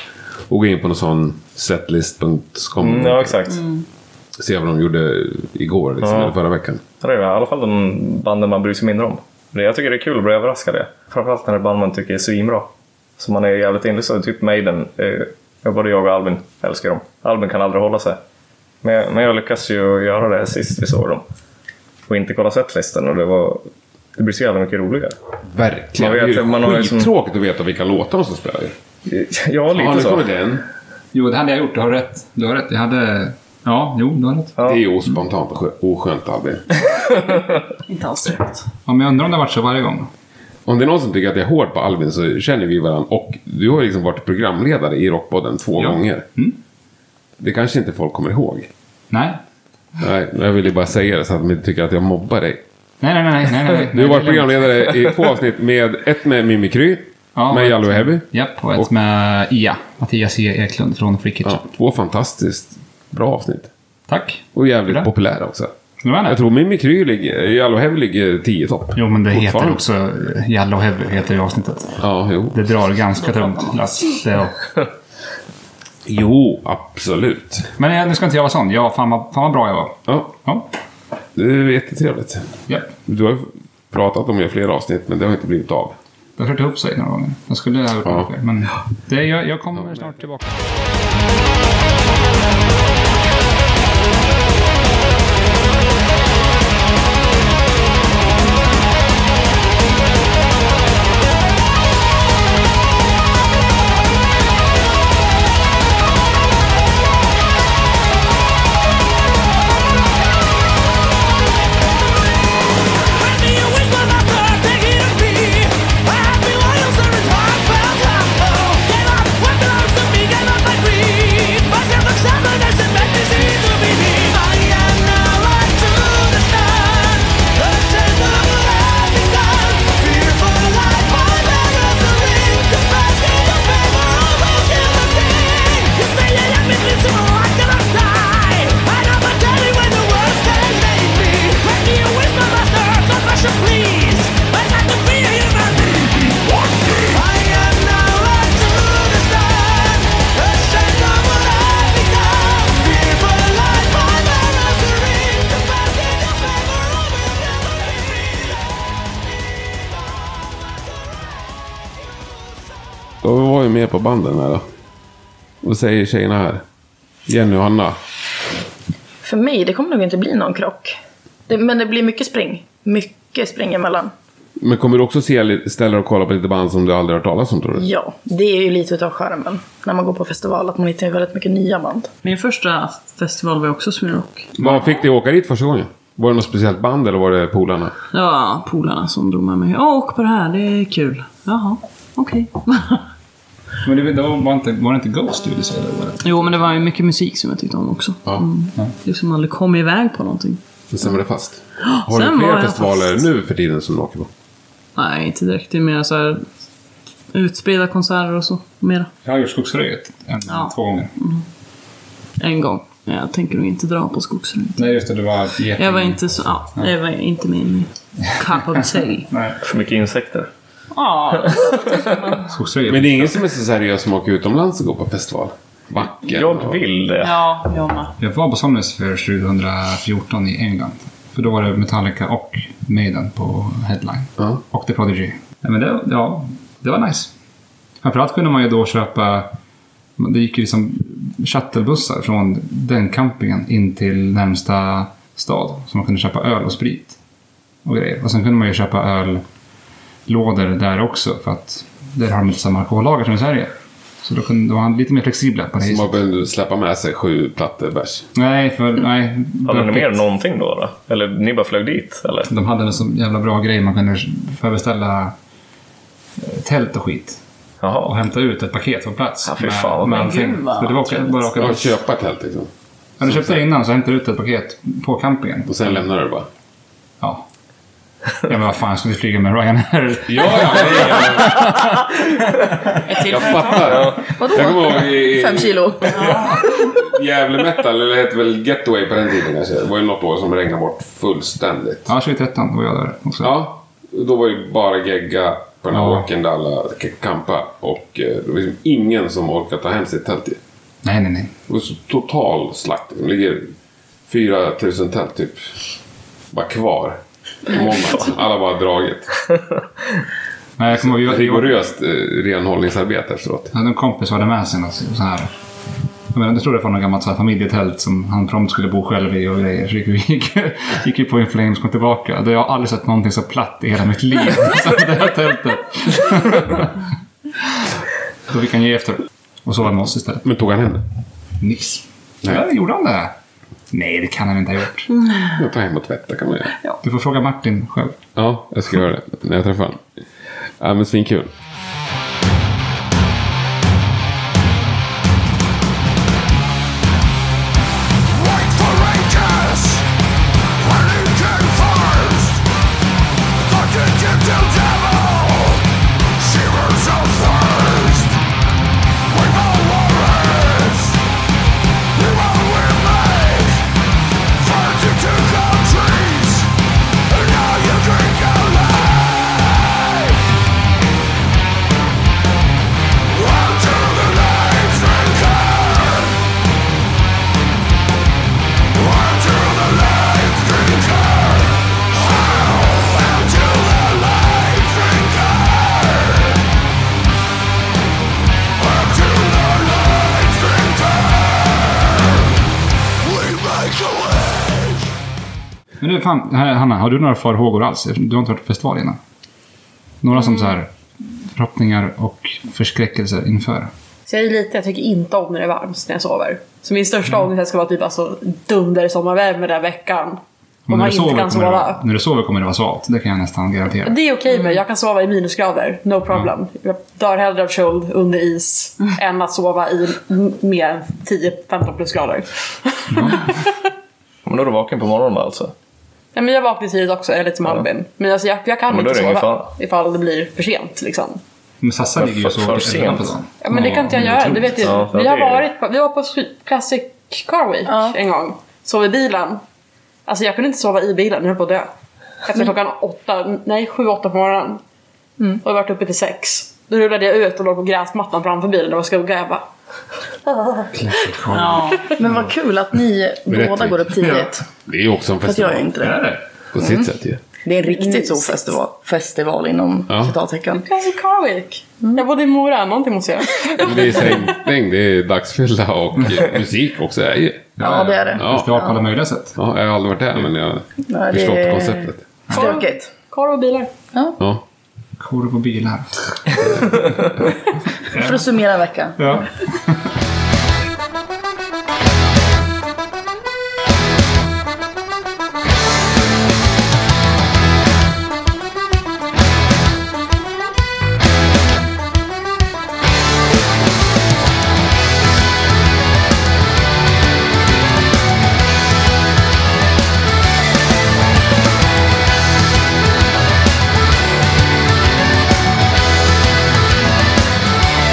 Speaker 5: Och gå in på någon sån setlist.com.
Speaker 1: Mm, ja, exakt.
Speaker 5: Se vad de gjorde igår, liksom,
Speaker 1: Ja.
Speaker 5: eller förra veckan.
Speaker 1: Ja, Det är det. I alla fall de banden man bryr sig mindre om. Det, jag tycker det är kul att bli överraskad. ja. Framförallt när det är band man tycker är svinbra. Så man är jävligt inlyssnad. Typ Maiden. Eh, både jag och Albin älskar dem. Albin kan aldrig hålla sig. Men jag, men jag lyckas ju göra det sist vi såg dem. Och inte kolla setlisten och det var... Det blir så jävla mycket roligare. <laughs>
Speaker 5: Verkligen.
Speaker 1: Man vet
Speaker 5: det är
Speaker 1: ju, man har
Speaker 5: ju
Speaker 1: ju som-
Speaker 5: skittråkigt att veta vilka låtar de ska spela. ju.
Speaker 1: Ja,
Speaker 5: Ja, nu
Speaker 1: lite så.
Speaker 5: kommer den.
Speaker 4: Jo, det hade jag gjort. Du har rätt. Du har rätt. Jag hade... Ja, jo, du har rätt.
Speaker 5: Det är ju ospontant och skö-
Speaker 1: <laughs>
Speaker 5: oskönt, Albin.
Speaker 3: Inte alls rätt.
Speaker 4: Ja, men jag undrar om det har varit så varje gång.
Speaker 5: Om det är någon som tycker att jag är hård på Albin så känner vi varandra. Och du har ju liksom varit programledare i Rockpodden två gånger.
Speaker 1: Mm.
Speaker 5: Det kanske inte folk kommer ihåg.
Speaker 4: Nej.
Speaker 5: Nej, men jag ville bara säga det så att de inte tycker att jag mobbar dig.
Speaker 4: Nej, nej, nej. nej, nej, nej.
Speaker 5: Du har varit programledare i två avsnitt. Med, ett med Mimikry,
Speaker 4: Ja,
Speaker 5: med
Speaker 4: och
Speaker 5: Jallow Heavy.
Speaker 4: Japp, och ett med Ia. Mattias E. Eklund från Free Kitchen.
Speaker 5: Ja, två fantastiskt bra avsnitt.
Speaker 4: Tack.
Speaker 5: Och jävligt
Speaker 4: Bra.
Speaker 5: populära också.
Speaker 4: Nu var
Speaker 5: Jag
Speaker 4: det.
Speaker 5: tror Mimikry ligger, Jallow Heavy ligger tio topp.
Speaker 4: Jo, men det heter
Speaker 5: Fortfarande.
Speaker 4: också... Jallow Heavy heter det i avsnittet.
Speaker 5: Ja, jo.
Speaker 4: Det drar ganska tungt lass. Det-
Speaker 5: Jo, absolut.
Speaker 4: Men eh, nu ska inte jag vara sån. Ja, fan vad, fan vad bra jag var.
Speaker 5: Ja,
Speaker 4: Ja.
Speaker 5: det är jättetrevligt.
Speaker 4: Japp.
Speaker 5: Du har ju pratat om det i flera avsnitt, men det har inte blivit av.
Speaker 4: Det har rört ihop sig några gånger. Jag skulle ha gjort
Speaker 5: Ja.
Speaker 4: något fel, men det, jag, jag kommer snart tillbaka.
Speaker 11: Gave up, weaponized me, gave up my greed. My
Speaker 5: ner på banden här då? Vad säger tjejerna här? Jenny och Hanna.
Speaker 7: För mig, det kommer nog inte bli någon krock. Det, men det blir mycket spring. Mycket spring emellan.
Speaker 5: Men kommer du också se li- ställa och kolla på lite band som du aldrig har hört talas om tror du?
Speaker 7: Ja, det är ju lite utav charmen när man går på festival, att man hittar ju väldigt mycket nya band.
Speaker 3: Min första festival var också Sweden Rock.
Speaker 5: Vad fick dig åka dit första gången? Var det något speciellt band eller var det polarna?
Speaker 3: Ja, polarna som drog med mig. Ja, åk på det här, det är kul. Jaha, okej. <laughs>
Speaker 4: Men det, det var, var, inte, var det inte Ghost du ville säga det året?
Speaker 3: jo, men det var ju mycket musik som jag tyckte om också.
Speaker 5: Ja.
Speaker 3: Liksom aldrig kom iväg på någonting.
Speaker 5: Men sen var
Speaker 3: <gasps>
Speaker 5: det fast. Har
Speaker 3: sen
Speaker 5: du
Speaker 3: var
Speaker 5: fler
Speaker 3: jag
Speaker 5: festivaler
Speaker 3: fast.
Speaker 5: nu för tiden som du åker på?
Speaker 3: Nej, inte direkt. Det är mer så här utspridda konserter och så. Mera.
Speaker 4: Jag har gjort Skogsröjet en,
Speaker 3: Ja.
Speaker 4: två gånger.
Speaker 3: En gång. Jag tänker nog inte dra på skogsrunda.
Speaker 4: Nej, just det. Det var ett geting.
Speaker 3: Jag var inte så... Ja, det var inte min cup of tea.
Speaker 4: Nej,
Speaker 1: För mycket insekter.
Speaker 3: Ja,
Speaker 4: Skogsröjet.
Speaker 5: Men det är ingen som är så seriös som åker utomlands och går på festival? Backen?
Speaker 1: Jag vill det.
Speaker 3: ja, jag med.
Speaker 4: Jag var på Somnus för 2014 i England. För då var det Metallica och Maiden på headline.
Speaker 5: Ja.
Speaker 4: Och The Prodigy. Ja, men det, ja, det var nice. Framförallt kunde man ju då köpa... Det gick ju liksom shuttlebussar från den campingen in till närmsta stad. Så man kunde köpa öl och sprit. Och grejer. Och sen kunde man ju köpa öllådor där också. För att där har de inte samma alkohollager som i Sverige. Så då, kunde, då var han lite mer flexibla på det
Speaker 5: Som
Speaker 4: viset.
Speaker 5: har behövt släppa med sig sju plattor bärs.
Speaker 4: Nej, för... Nej,
Speaker 1: Hade ni
Speaker 4: bökigt.
Speaker 1: med er någonting då, då? Eller ni bara flög dit? Eller?
Speaker 4: De hade en så jävla bra grej. Man kunde förbeställa eh, tält och skit. Och
Speaker 1: Jaha.
Speaker 4: hämta ut ett paket på plats.
Speaker 1: Ja, fy fan, vad
Speaker 4: med
Speaker 1: bra.
Speaker 4: allting.
Speaker 3: Gud, vad
Speaker 4: Så det var åka, bara åka
Speaker 5: Jag har
Speaker 4: bort.
Speaker 5: köpa ett tält liksom.
Speaker 4: Ja, du köpte innan så hämtade du ut ett paket på campingen.
Speaker 5: Och sen lämnar du det bara.
Speaker 4: Ja. Ja men vad fan, ska vi flyga med Ryanair?
Speaker 5: <laughs> Ja, ja, ja, ja. Jag fattar.
Speaker 7: Vadå?
Speaker 5: Jag kommer ihåg i,
Speaker 7: Fem
Speaker 5: i
Speaker 7: kilo.
Speaker 5: Gävle Metal, eller det hette väl Getaway på den tiden kanske. Det var ju något år som regnade bort fullständigt.
Speaker 4: Ja, 2013 var jag där också.
Speaker 5: Ja, då var ju bara gegga på den här
Speaker 4: Ja.
Speaker 5: åkern där alla k- kampa Och eh, det var liksom ingen som orkade ta hem sitt tält. i.
Speaker 4: Nej, nej, nej.
Speaker 5: Det var så total slakt. liksom. Det ligger 4000 tält typ bara kvar. Mommat. Alla bara dragit.
Speaker 4: nej jag kommer ihåg, vi var-
Speaker 5: Rigoröst eh, renhållningsarbete efteråt.
Speaker 4: Jag hade en kompis som hade med sig något så här. Jag, menar, jag tror det var något gammalt så här familjetält som han prompt skulle bo själv i och grejer. Så gick vi, <laughs> gick, gick vi på In Flames och kom tillbaka. Det- Jag har aldrig sett någonting så platt i hela mitt liv <laughs> som det här tältet. <laughs> Då fick han ge efter och sova med oss istället.
Speaker 5: Men tog han hem det?
Speaker 4: Nix.
Speaker 5: Nej.
Speaker 4: Ja, gjorde han det? Nej, det kan han inte ha gjort.
Speaker 5: Jag tar hem och tvättar kan man göra.
Speaker 4: Du får fråga Martin själv.
Speaker 5: Ja, jag ska göra det när jag träffar honom. Ja, men svinkul.
Speaker 4: Men du, fan, här, Hanna, har du några farhågor alls? Eftersom Du har inte varit på festival innan. Några som så här förhoppningar och förskräckelser inför?
Speaker 9: Så jag är lite, jag tycker inte om när det är varmt när jag sover. Så min största ångest ska vara typ alltså dunder sommarvärme den här veckan. Om
Speaker 4: när
Speaker 9: man
Speaker 4: du
Speaker 9: inte
Speaker 4: sover
Speaker 9: kan
Speaker 4: kommer det
Speaker 9: sova.
Speaker 4: vara- När du sover kommer det vara svalt. Det kan jag nästan garantera.
Speaker 9: Det är okej med, jag kan sova i minusgrader. No problem. Jag dör hellre av köld under is än att sova i m- mer än 10-15 plus grader.
Speaker 1: Men då är du vaken på morgonen alltså?
Speaker 9: Nej, men jag vaknar tidigt också, jag är lite som Albin. Men alltså, jag, jag kan
Speaker 1: men då
Speaker 9: inte
Speaker 1: är det ingen
Speaker 9: sova
Speaker 1: fara.
Speaker 9: ifall det blir för sent. Liksom.
Speaker 4: Men Sassa
Speaker 1: Men
Speaker 4: ligger ju
Speaker 1: för-
Speaker 4: så
Speaker 1: för
Speaker 4: redan på
Speaker 1: sent.
Speaker 4: dagen.
Speaker 9: Ja, men det kan inte jag göra, det vet ju.
Speaker 1: Ja,
Speaker 9: vi, har
Speaker 1: det är-
Speaker 9: varit på, vi var på Classic Car Week
Speaker 7: Ja.
Speaker 9: en gång. Sov i bilen. Alltså jag kunde inte sova i bilen, jag höll på att dö. Efter klockan åtta, nej sju, åtta på morgonen. Och jag varit uppe till sex. Då rullade jag ut och låg på gräsmattan framför bilen och det var skugga. Jag bara,
Speaker 3: Ja.
Speaker 7: Men vad kul att ni båda
Speaker 5: Berätta.
Speaker 7: går upp tidigt.
Speaker 5: Det är Mm. ju också en
Speaker 7: För att jag
Speaker 5: festival.
Speaker 7: är inte
Speaker 4: Det
Speaker 7: det. Mm.
Speaker 4: är det.
Speaker 5: På sitt sätt ju.
Speaker 7: Det är en riktigt stor festival, festival inom
Speaker 5: Ja.
Speaker 7: citattecken.
Speaker 9: Classic Car Week. Jag bodde i Mora, någonting måste jag göra.
Speaker 5: Men Det är sängning, det är dagsfylla och eh, musik också. Är ju.
Speaker 7: Ja, det är det.
Speaker 5: Ja.
Speaker 4: Festival på alla möjliga sätt.
Speaker 5: Ja, jag har aldrig varit där men jag
Speaker 7: Ja,
Speaker 5: har
Speaker 7: det
Speaker 5: förstått
Speaker 7: är-
Speaker 5: konceptet.
Speaker 7: Stökigt.
Speaker 9: Korv och bilar.
Speaker 5: Ja.
Speaker 4: Korv och bilar.
Speaker 7: För att summera en vecka.
Speaker 4: Ja.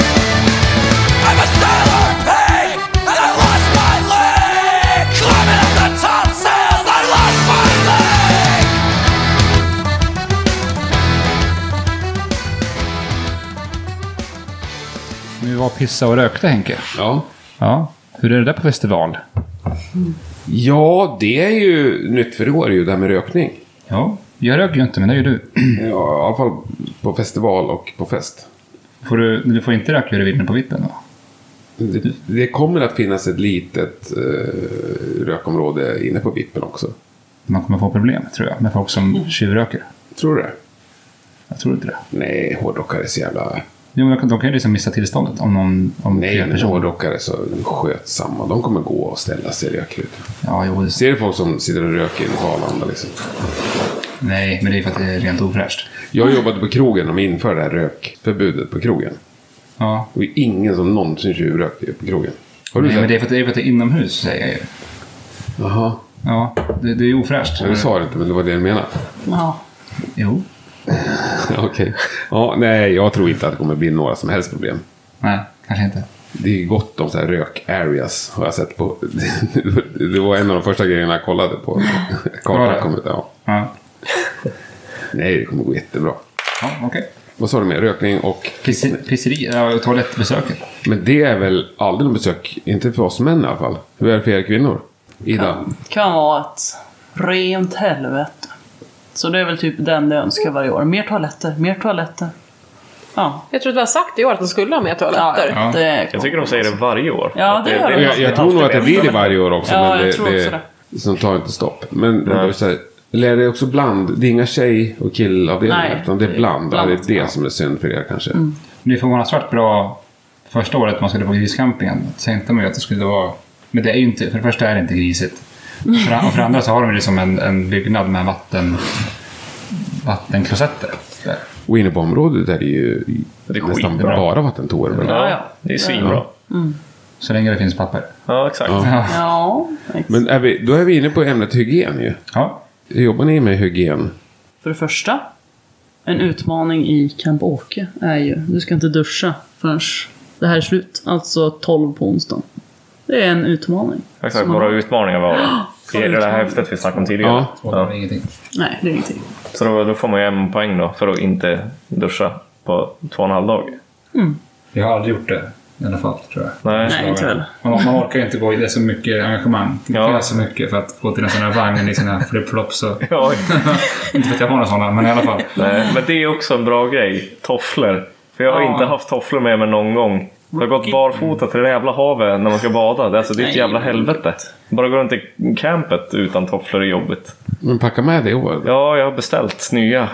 Speaker 11: I'm a sailor pig, and I lost my leg. Climbing up the top sails, I lost my leg.
Speaker 4: Nu var pissa och rökte Henke.
Speaker 5: Ja.
Speaker 4: Ja. Hur är det där på festival?
Speaker 5: ja, det är ju nytt för i år, är ju det här med rökning.
Speaker 4: Ja. Jag röker ju inte, men det gör du.
Speaker 7: Mm.
Speaker 5: Ja, I alla fall på festival och på fest.
Speaker 4: Får du, du får inte röka hur du vill på vippen då?
Speaker 7: Mm.
Speaker 5: Det, det kommer att finnas ett litet eh, rökområde inne på vippen också.
Speaker 4: Man kommer få problem, tror jag, med folk
Speaker 9: Mm.
Speaker 4: som tjuvröker.
Speaker 5: Tror du det?
Speaker 4: Jag tror inte det.
Speaker 5: Nej, hårdrockare är så jävla...
Speaker 4: Jo, men de kan- de kan ju liksom missa tillståndet om någon...
Speaker 7: Mm.
Speaker 4: Om
Speaker 5: Nej,
Speaker 4: fel
Speaker 5: men
Speaker 4: person-
Speaker 5: hårdrockare är så skötsamma. De kommer gå och ställa sig i rökrutan.
Speaker 4: Ja, jo, det-
Speaker 5: Ser du folk som sitter och röker inne på Arlanda liksom?
Speaker 4: Nej, men det är för att det är rent ofräscht.
Speaker 5: Jag jobbade på krogen och de införde det här rökförbudet på krogen.
Speaker 4: Ja.
Speaker 5: Det var ju ingen som någonsin tjuvrökte ju på krogen. Har du
Speaker 4: Nej, men
Speaker 5: sett?
Speaker 4: det är för att det är, för att det är inomhus, säger jag ju.
Speaker 5: Jaha.
Speaker 4: Ja, det, det är ofräscht.
Speaker 5: Ja, Du sa det inte, men det var det du menade. <laughs>
Speaker 3: Ja.
Speaker 4: Jo.
Speaker 5: Okej. Ja, nej, jag tror inte att det kommer bli några som helst problem.
Speaker 4: Nej, kanske inte.
Speaker 5: Det är gott om så här rök-areas, har jag sett på... <laughs> Det var en av de första grejerna jag kollade
Speaker 4: <laughs>
Speaker 5: på.
Speaker 4: Var
Speaker 5: Kartan
Speaker 4: det?
Speaker 5: kom ut, ja.
Speaker 4: Ja,
Speaker 5: Nej, det kommer gå jättebra.
Speaker 4: ja okej.
Speaker 5: Vad sa du mer? Rökning och...
Speaker 4: Pissi- Pisseri, ja, toalettbesöket.
Speaker 5: Men det är väl aldrig något besök? Inte för oss män i alla fall. Hur är det för er kvinnor? Ida?
Speaker 3: Kan vara ett rent helvete. Så det är väl typ den det önskar varje år. Mer toaletter, mer toaletter. Ja,
Speaker 9: Jag tror att vi har sagt i år att de skulle ha med
Speaker 3: ja,
Speaker 9: toaletter.
Speaker 4: Ja.
Speaker 3: det är
Speaker 1: Jag tycker de säger det varje år.
Speaker 3: Ja,
Speaker 1: Att
Speaker 3: det gör de.
Speaker 5: Och Jag, jag tror nog att det blir det varje år också.
Speaker 3: Ja,
Speaker 5: men det,
Speaker 3: jag tror också
Speaker 5: det. Som tar inte stopp. Men det
Speaker 1: Nej.
Speaker 5: är så här, eller är det också bland? Det är inga tjej och killavdelningar.
Speaker 3: Nej, Mm.
Speaker 5: Utan det är
Speaker 3: det är
Speaker 5: bland. Ja, det är
Speaker 3: blandat,
Speaker 5: det
Speaker 3: ja.
Speaker 5: som är synd för er kanske.
Speaker 4: Det är förvånansvärt bra första året man skulle på griscampingen. Tänkte man ju att det skulle vara... Men det är ju inte... För det första är det inte grisigt. För, an- och för det andra så har de ju liksom en, en byggnad med vatten... Vattenklosetter. Där.
Speaker 5: Och inne på området är det ju
Speaker 1: Det är
Speaker 5: nästan
Speaker 1: skitbra.
Speaker 5: bara vattentoer. väl?
Speaker 1: Ja,
Speaker 3: ja.
Speaker 1: det är svinbra.
Speaker 4: Så länge det finns papper.
Speaker 1: Ja, exakt.
Speaker 3: Ja, exakt.
Speaker 5: Men är vi, då är vi inne på ämnet hygien ju.
Speaker 4: Ja.
Speaker 5: Hur Jobbar ni med hygien?
Speaker 3: För det första, en utmaning i Camp Åke är ju, du ska inte duscha förrän det här är slut. Alltså 12 på onsdagen. Det är en utmaning.
Speaker 1: Exakt,
Speaker 3: Som man
Speaker 1: våra
Speaker 3: har.
Speaker 1: utmaningar var det. Det är det här häftet vi snackade om tidigare.
Speaker 5: Ja.
Speaker 1: Ja.
Speaker 4: ja. Ingenting.
Speaker 3: Nej, det är ingenting.
Speaker 1: Så då, då får man ju en poäng då för att inte duscha på två och en halv dag.
Speaker 4: Jag har aldrig gjort det. I alla fall, tror jag.
Speaker 1: Nej.
Speaker 3: Nej, inte väl.
Speaker 4: Man, man orkar ju inte gå i det är så mycket engagemang. Det
Speaker 1: Ja.
Speaker 4: krävs så mycket för att gå till en sån här vagn i sina flipflops. Och...
Speaker 1: Ja,
Speaker 4: inte för att jag har några såna, men i alla fall.
Speaker 1: nej. Men det är också en bra grej. Tofflor. För jag har
Speaker 4: Ja.
Speaker 1: inte haft tofflor med mig någon gång. Jag har gått barfota till det jävla havet när man ska bada. Det är, alltså, det är ett
Speaker 3: Nej.
Speaker 1: jävla helvete. Bara gå runt i campet utan tofflor är jobbigt.
Speaker 5: Men packa med det i år.
Speaker 1: Ja, jag har beställt
Speaker 3: <laughs>
Speaker 1: nya.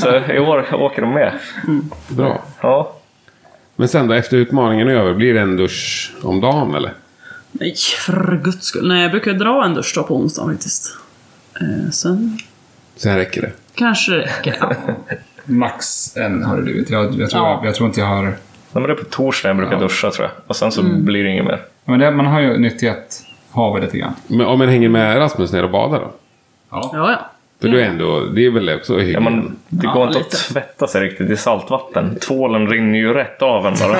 Speaker 1: Så i år åker de med.
Speaker 5: Bra.
Speaker 1: Ja,
Speaker 5: Men sen då, efter utmaningen är över, blir det en dusch om dagen eller?
Speaker 3: Nej, för guds skull. Nej, jag brukar dra en dusch då på onsdagen faktiskt. Eh, sen
Speaker 5: Sen räcker det.
Speaker 3: kanske det räcker. <laughs> Ja.
Speaker 4: Max en har det blivit. Jag, jag, tror,
Speaker 3: Ja.
Speaker 4: jag, jag tror inte jag har...
Speaker 1: Nej, men det är på torsdag jag brukar duscha tror jag. Och sen så
Speaker 3: Mm.
Speaker 1: blir det inget mer.
Speaker 4: Men det, man har ju nyttjat havet lite grann.
Speaker 5: Men om man hänger med Rasmus ner och badar då?
Speaker 3: ja, ja.
Speaker 5: För du är
Speaker 3: Mm.
Speaker 5: ändå, det är väl också hygien?
Speaker 1: Ja, men det
Speaker 3: Ja,
Speaker 1: går inte
Speaker 3: lite.
Speaker 1: att tvätta sig riktigt i saltvatten. Tvålen rinner ju rätt av en bara.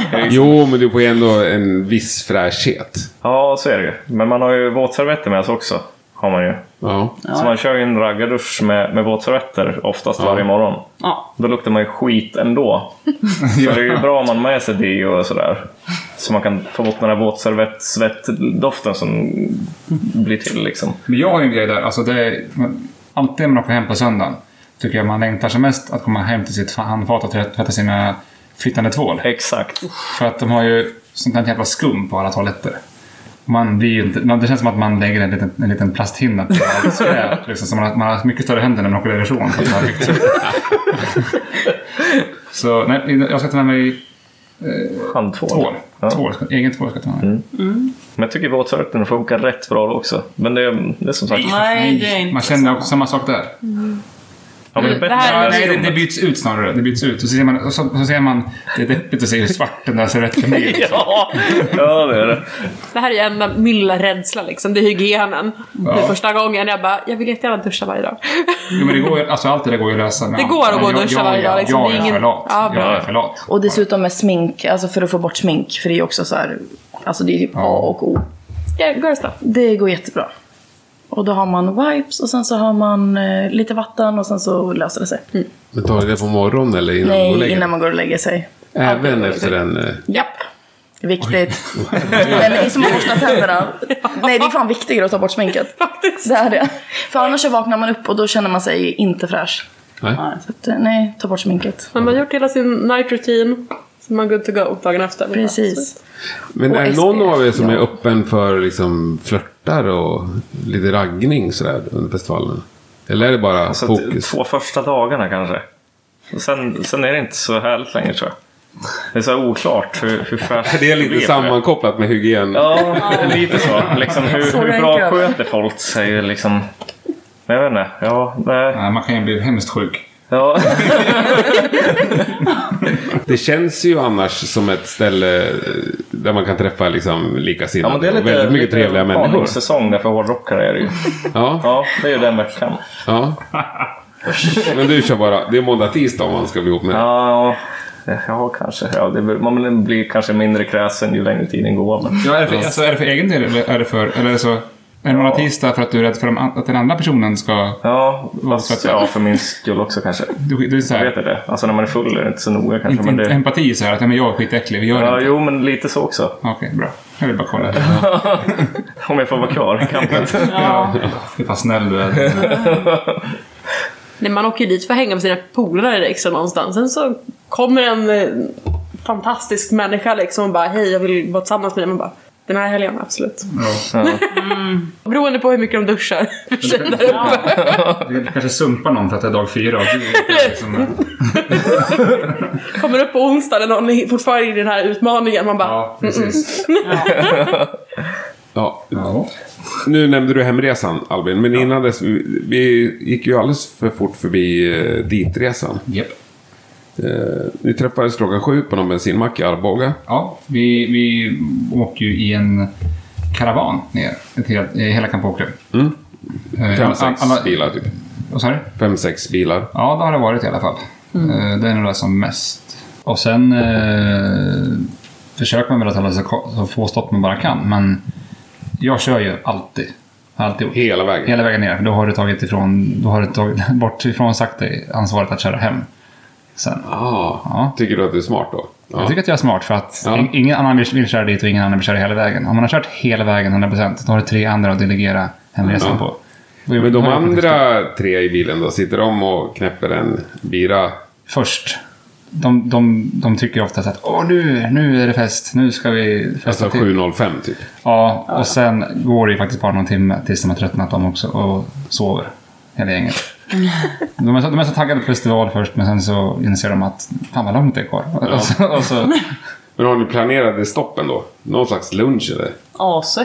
Speaker 1: <laughs>
Speaker 5: Jo, men du får ju ändå en viss fräschhet.
Speaker 1: ja, så är det ju. Men man har ju våtservetter med sig också. Har man ju.
Speaker 5: Ja.
Speaker 1: Så man kör ju en raggardusch med, med våtservetter oftast varje morgon.
Speaker 3: ja.
Speaker 1: Då luktar man ju skit ändå. Så det är ju bra om man har med sig det och sådär. Så man kan få bort den här våtservett-svettdoften som blir till liksom.
Speaker 4: Men jag har ju en grej där. Alltså det är, man, Alltid när man åker hem på söndagen tycker jag man längtar som mest att komma hem till sitt handfat och tvätta sina flytande tvål.
Speaker 1: Exakt.
Speaker 4: För att de har ju sånt här jävla skum på alla toaletter. Man blir ju inte, man, det känns som att man lägger en liten, en liten plasthinna på allt skräp. Liksom, så man, har- man har mycket större händer när man åker därifrån. för att det har ryckt. så nej, jag ska ta med mig
Speaker 1: Handtvål.
Speaker 4: tvål. tvål ska- egen tvål ska jag ta med
Speaker 9: Mm.
Speaker 4: mig.
Speaker 1: Men jag tycker våtservietten funkar rätt bra också. Men det, är- det är som sagt...
Speaker 3: Nej, det är inte
Speaker 4: Man känner också samma sak där.
Speaker 1: Ja, men det är bättre
Speaker 3: Det
Speaker 1: än
Speaker 3: här är-
Speaker 4: Nej, det, det byts ut snarare. Det byts ut. Och så ser man, och så, så ser man det är deppigt att se hur svart den där servetten
Speaker 9: <laughs>
Speaker 4: blir.
Speaker 9: Ja.
Speaker 1: <laughs> Ja, det är det.
Speaker 9: Det här är ju enda min lilla rädsla liksom. Det är hygienen. Det är första gången jag bara, jag vill jättegärna duscha varje dag. <laughs>
Speaker 4: Jo, men det går, ju- alltså, allt det där går ju att lösa. men-
Speaker 9: Det går att gå och
Speaker 4: men jag-
Speaker 9: duscha
Speaker 4: jag-
Speaker 9: varje dag, liksom.
Speaker 4: Jag,
Speaker 9: Det är
Speaker 4: är
Speaker 9: ingen-
Speaker 4: för lat.
Speaker 9: Ja,
Speaker 4: Jag
Speaker 9: bra.
Speaker 4: är för lat.
Speaker 7: Och dessutom med smink, alltså för att få bort smink. För det är ju också så här, alltså det är typ A och O.
Speaker 9: Yeah, girl stuff.
Speaker 7: Det går jättebra. Och då har man wipes och sen så har man eh, lite vatten och sen så löser det sig.
Speaker 5: Men tar ni det på morgonen eller innan du går och
Speaker 7: Nej,
Speaker 5: lägger
Speaker 7: innan
Speaker 5: dig?
Speaker 7: man går och lägger sig.
Speaker 5: Även efter den... eh,
Speaker 7: Japp. Viktigt. Nej, men <laughs> det är som att borsta tänderna. Nej, det är fan viktigare att ta bort sminket. Faktiskt. Det är det. För annars så vaknar man upp och då känner man sig inte fräsch.
Speaker 5: Nej.
Speaker 7: Så att, eh, nej, ta bort sminket.
Speaker 9: Men man har gjort hela sin night routine. Så man är good to go dagen efter.
Speaker 7: Precis.
Speaker 5: Men
Speaker 7: Och
Speaker 5: är det någon
Speaker 7: SPF,
Speaker 5: av er som
Speaker 7: ja.
Speaker 5: är öppen för liksom flörtar och lite raggning sådär under festivalen? Eller är det bara
Speaker 1: Alltså, t-
Speaker 5: fokus?
Speaker 1: två första dagarna kanske. Och Sen, sen är det inte så härligt längre tror jag. Det är så här oklart hur, hur <laughs> fräscht
Speaker 5: Det är
Speaker 1: blev,
Speaker 5: lite
Speaker 1: tror jag.
Speaker 5: sammankopplat med hygien.
Speaker 1: Ja, lite så. Liksom, hur,
Speaker 7: Så
Speaker 1: hur
Speaker 7: enkelt.
Speaker 1: bra sköter folk sig? Liksom. Men jag vet inte. Ja, nej.
Speaker 4: Nej, man kan ju bli hemskt sjuk.
Speaker 1: Ja.
Speaker 5: Det känns ju annars som ett ställe eh, där man kan träffa liksom
Speaker 1: ja,
Speaker 5: likasinnade
Speaker 1: men det är lite,
Speaker 5: och väldigt mycket
Speaker 1: lite
Speaker 5: trevliga människor.
Speaker 1: varningssäsong där för hårdrockare är det ju.
Speaker 5: Ja,
Speaker 1: Ja, det är ju den veckan.
Speaker 5: ja.
Speaker 1: <laughs>
Speaker 5: Men du kör bara, det är måndag, tisdag om man ska bli ihop med.
Speaker 1: Ja, ja, ja kanske. Ja, det, blir- man blir kanske mindre kräsen ju längre tiden går. Men...
Speaker 4: Ja, är, det för, alltså, är det för egen del eller är det för... Eller är det så... Är det några tisdag för att du är rädd för de, an- att den andra personen ska...
Speaker 1: Ja, fast, ja, för min skull också kanske.
Speaker 4: Du, du är så
Speaker 1: Jag vet
Speaker 4: här,
Speaker 1: inte. Alltså när man är full är det inte så noga kanske.
Speaker 4: inte,
Speaker 1: men
Speaker 4: inte
Speaker 1: det...
Speaker 4: empati så här, att "Nej, men jag är skitäcklig, vi gör det
Speaker 1: Ja,
Speaker 4: inte.
Speaker 1: jo, men lite så också. <laughs>
Speaker 4: Okej, bra. Jag vill bara kolla.
Speaker 1: Om jag får vara kvar i kampen.
Speaker 4: <laughs> Fy fan snäll du är.
Speaker 9: Nej, man åker ju dit för att hänga med sina polare liksom någonstans. Sen så kommer en eh, fantastisk människa liksom och bara hej jag vill vara tillsammans med dig. Man bara den här helgen, absolut. Mm.
Speaker 1: Ja.
Speaker 9: Beroende på hur mycket
Speaker 1: <laughs>
Speaker 9: de duschar.
Speaker 4: Du kanske sumpar någon för att det är dag fyra. Och du, är liksom,
Speaker 9: Kommer upp på onsdag när någon är fortfarande i den här utmaningen. Man bara
Speaker 4: ja, precis.
Speaker 5: Ja.
Speaker 4: Ja.
Speaker 5: Nu nämnde du hemresan Albin, men innan dess, vi, vi gick ju alldeles för fort förbi eh, ditresan.
Speaker 4: Japp.
Speaker 5: Eh, ni träffades klockan sju på någon bensinmack i Arboga.
Speaker 4: Ja, vi, vi åker ju i en karavan ner till hela, eh, hela Camp Åkrum.
Speaker 5: Mm.
Speaker 4: Eh,
Speaker 5: Fem,
Speaker 4: alla-
Speaker 5: sex
Speaker 4: alla-
Speaker 5: bilar typ.
Speaker 4: Vad sa du?
Speaker 5: Fem, sex bilar.
Speaker 4: Ja, det har det varit i alla fall. Eh, Det är nog det som mest. Och sen eh, försöker man väl att hålla sig ko- så få stopp man bara kan. Men jag kör ju alltid. Har Alltid gjort.
Speaker 5: Hela vägen.
Speaker 4: Hela vägen ner. För då har du tagit, ifrån, då har du tagit <laughs> bort ifrån sagt dig ansvaret att köra hem. Sen.
Speaker 5: Ah,
Speaker 4: Ja.
Speaker 5: Tycker du att du är smart då?
Speaker 4: Jag tycker att jag är smart för att
Speaker 5: Ja.
Speaker 4: in- ingen annan vill, vill köra dit och ingen annan vill köra hela vägen. Om man har kört hela vägen 100% då har du tre andra att delegera hemresan
Speaker 5: Ja.
Speaker 4: på.
Speaker 5: Men
Speaker 4: Då
Speaker 5: de
Speaker 4: har jag faktiskt-
Speaker 5: andra tre i bilen då, sitter de och knäpper en bira? alltså
Speaker 4: först. De, de, de tycker ju oftast att Åh, nu, nu är det fest, nu ska vi festa
Speaker 5: Alltså
Speaker 4: till."
Speaker 5: 7.05 typ.
Speaker 4: Ja, och sen går det ju faktiskt bara någon timme tills de har tröttnat dem också och sover. Hela gänget. De är, så, de är så taggade på festival först men sen så inser de att fan vad långt det Alltså, är kvar. <laughs> Och så, och så,
Speaker 5: Men har ni planerat det stoppen då? Någon slags lunch eller?
Speaker 3: A6,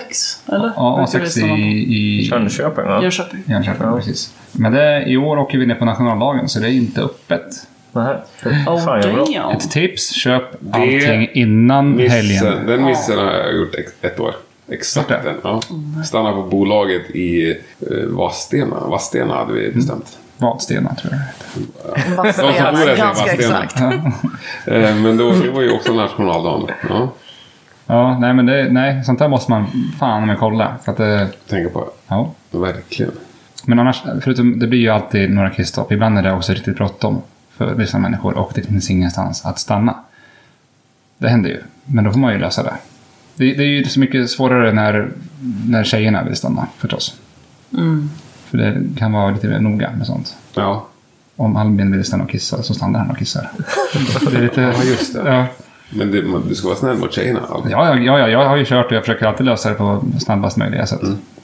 Speaker 3: eller? <laughs>
Speaker 4: ja,
Speaker 3: Brukar vi
Speaker 4: A6 i,
Speaker 3: stanna på.
Speaker 4: i
Speaker 1: Jönköping, va?
Speaker 3: Jönköping.
Speaker 4: Jönköping. Precis. Men det, i år åker vi ner på nationaldagen så det är inte öppet.
Speaker 1: Nej.
Speaker 3: Oh,
Speaker 1: Fan, jag bra.
Speaker 3: damn.
Speaker 4: Ett tips, köp allting innan helgen.
Speaker 5: Missen, den missen har jag gjort ex- ett år. Exakt
Speaker 4: Gjort det?
Speaker 5: den. Ja.
Speaker 7: Mm.
Speaker 5: Stannar på bolaget i eh, Vadstena. Vadstena hade vi bestämt.
Speaker 4: Vadstena tror jag det heter.
Speaker 5: De som bor där säger
Speaker 7: Ganska
Speaker 5: Vadstena.
Speaker 7: exakt.
Speaker 5: <laughs> Eh, Men då, det var ju också nationaldagen. Ja,
Speaker 4: Ja, nej men det, nej, sånt där måste man fan med kolla. För att det,
Speaker 5: tänka på.
Speaker 4: ja.
Speaker 5: Verkligen.
Speaker 4: Men annars, förutom, det blir ju alltid några krisstopp. Ibland är det också riktigt bråttom för vissa människor och det finns ingenstans att stanna. Det händer ju, men då får man ju lösa det. Det, det är ju så mycket svårare när, när tjejerna vill stanna förstås. För det kan vara lite noga med sånt.
Speaker 5: Ja.
Speaker 4: Om Albin vill stanna och kissa så stannar han och
Speaker 5: <laughs>
Speaker 4: kissar.
Speaker 5: Det är lite... Ja, just det. Men det, man, du ska vara snäll mot tjejerna. Albin.
Speaker 4: Ja, ja, ja, ja, jag har ju kört och jag försöker alltid lösa det på snabbast möjliga sätt.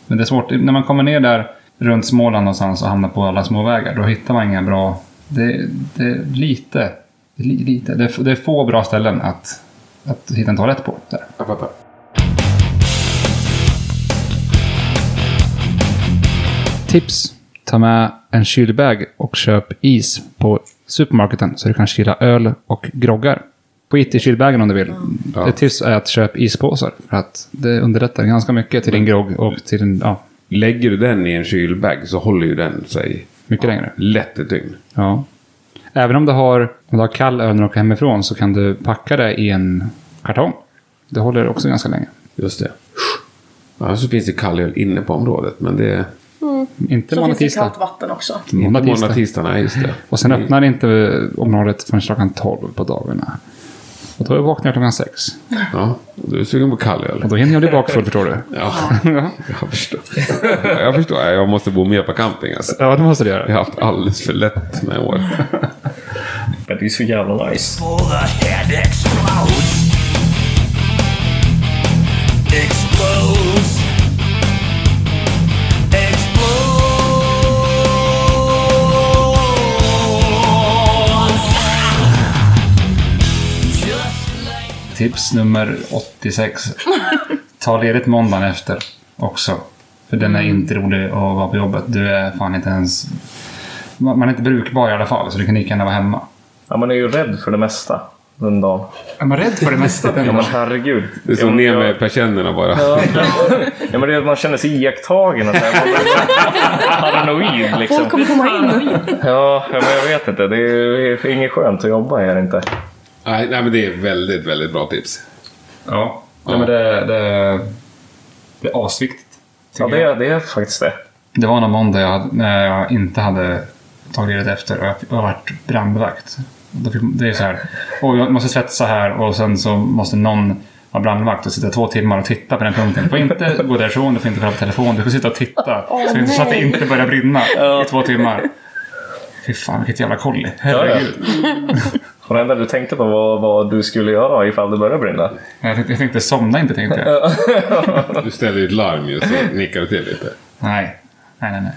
Speaker 4: Men det är svårt. När man kommer ner där runt Småland någonstans och hamnar på alla småvägar, då hittar man inga bra... Det, det är lite... Det är, li- lite. Det, är, f- det är få bra ställen att, att hitta en toalett på. Där.
Speaker 5: Jag fattar.
Speaker 4: Tips! Ta med en kylbag och köp is på supermarketen så du kan kyla öl och groggar. Skit i kylbagen om du vill. Ett tips är att köpa ispåsar för att det underlättar ganska mycket till din grogg och till din... Ja,
Speaker 5: Lägger du den i en kylbag så håller ju den sig
Speaker 4: mycket längre.
Speaker 5: lätt ett dygn.
Speaker 4: Ja. Även om du har, om du har kall öl när du åker hemifrån så kan du packa det i en kartong. Det håller också ganska länge.
Speaker 5: Just det. Ja, så finns det kallöl inne på området, men det är...
Speaker 4: Inte
Speaker 7: Så
Speaker 4: måndag,
Speaker 7: finns det
Speaker 4: tisdag.
Speaker 7: kallt vatten också.
Speaker 5: Inte
Speaker 4: Måndag, tisdag.
Speaker 5: måndag, tisdag. Nej, just det.
Speaker 4: Och sen öppnar inte området förrän klockan 12 på dagarna. Och då vaknar jag klockan 6.
Speaker 5: Ja, du är sugen på kallöl.
Speaker 4: Och då hinner jag bli bakfull förstår du.
Speaker 5: Ja, <laughs> jag förstår. Jag förstår. Jag måste bo mer på camping alltså.
Speaker 4: <laughs> Ja, det måste du göra.
Speaker 5: Jag har haft alldeles för lätt med år.
Speaker 1: Men det är så jävla nice.
Speaker 11: Full the head explodes. Explodes. Explodes. Just like
Speaker 4: Tips nummer 86. Ta ledigt måndagen efter också. För den är
Speaker 7: Mm.
Speaker 4: inte rolig att vara på jobbet. Du är fan inte ens... Man man är inte brukbar i alla fall, så du kan lika gärna vara hemma.
Speaker 1: Ja, man är ju rädd för det mesta den dagen.
Speaker 4: Är man rädd för det <laughs> mesta?
Speaker 1: Ja, men herregud.
Speaker 5: Det är
Speaker 1: Ja,
Speaker 5: så
Speaker 1: men
Speaker 5: ner
Speaker 1: jag- <laughs>
Speaker 5: med persiennerna bara.
Speaker 1: Ja, men det är att man känner sig iakttagen. och så här, man blir Paranoid liksom.
Speaker 7: Folk kommer komma in.
Speaker 1: Ja, ja, men jag vet inte. Det är, det är inget skönt att jobba är det inte.
Speaker 5: Nej, nej, men det är väldigt, väldigt bra tips.
Speaker 4: Ja. Nej, men det, det, det är asviktigt.
Speaker 1: Ja, det, är- det är faktiskt det.
Speaker 4: Det var någon måndag jag, hade- när jag inte hade tagit ledigt efter och jag fick- jag har varit brandvakt. Då fick- Det är så här, och jag måste svetsa här och sen så måste någon vara brandvakt och sitta två timmar och titta på den punkten. Du får inte gå därifrån, du får inte kolla på telefon, du får sitta och titta. så, inte, så att det inte börjar brinna i två timmar. Fy fan vilket jävla kolli. Herregud.
Speaker 1: <laughs> Och det enda du tänkte på var vad du skulle göra ifall det började brinna.
Speaker 4: Jag, tänkte, jag tänkte somna inte tänkte jag.
Speaker 5: Du ställer ju ett larm ju så nickar du till lite.
Speaker 4: Nej. Nej, nej, nej.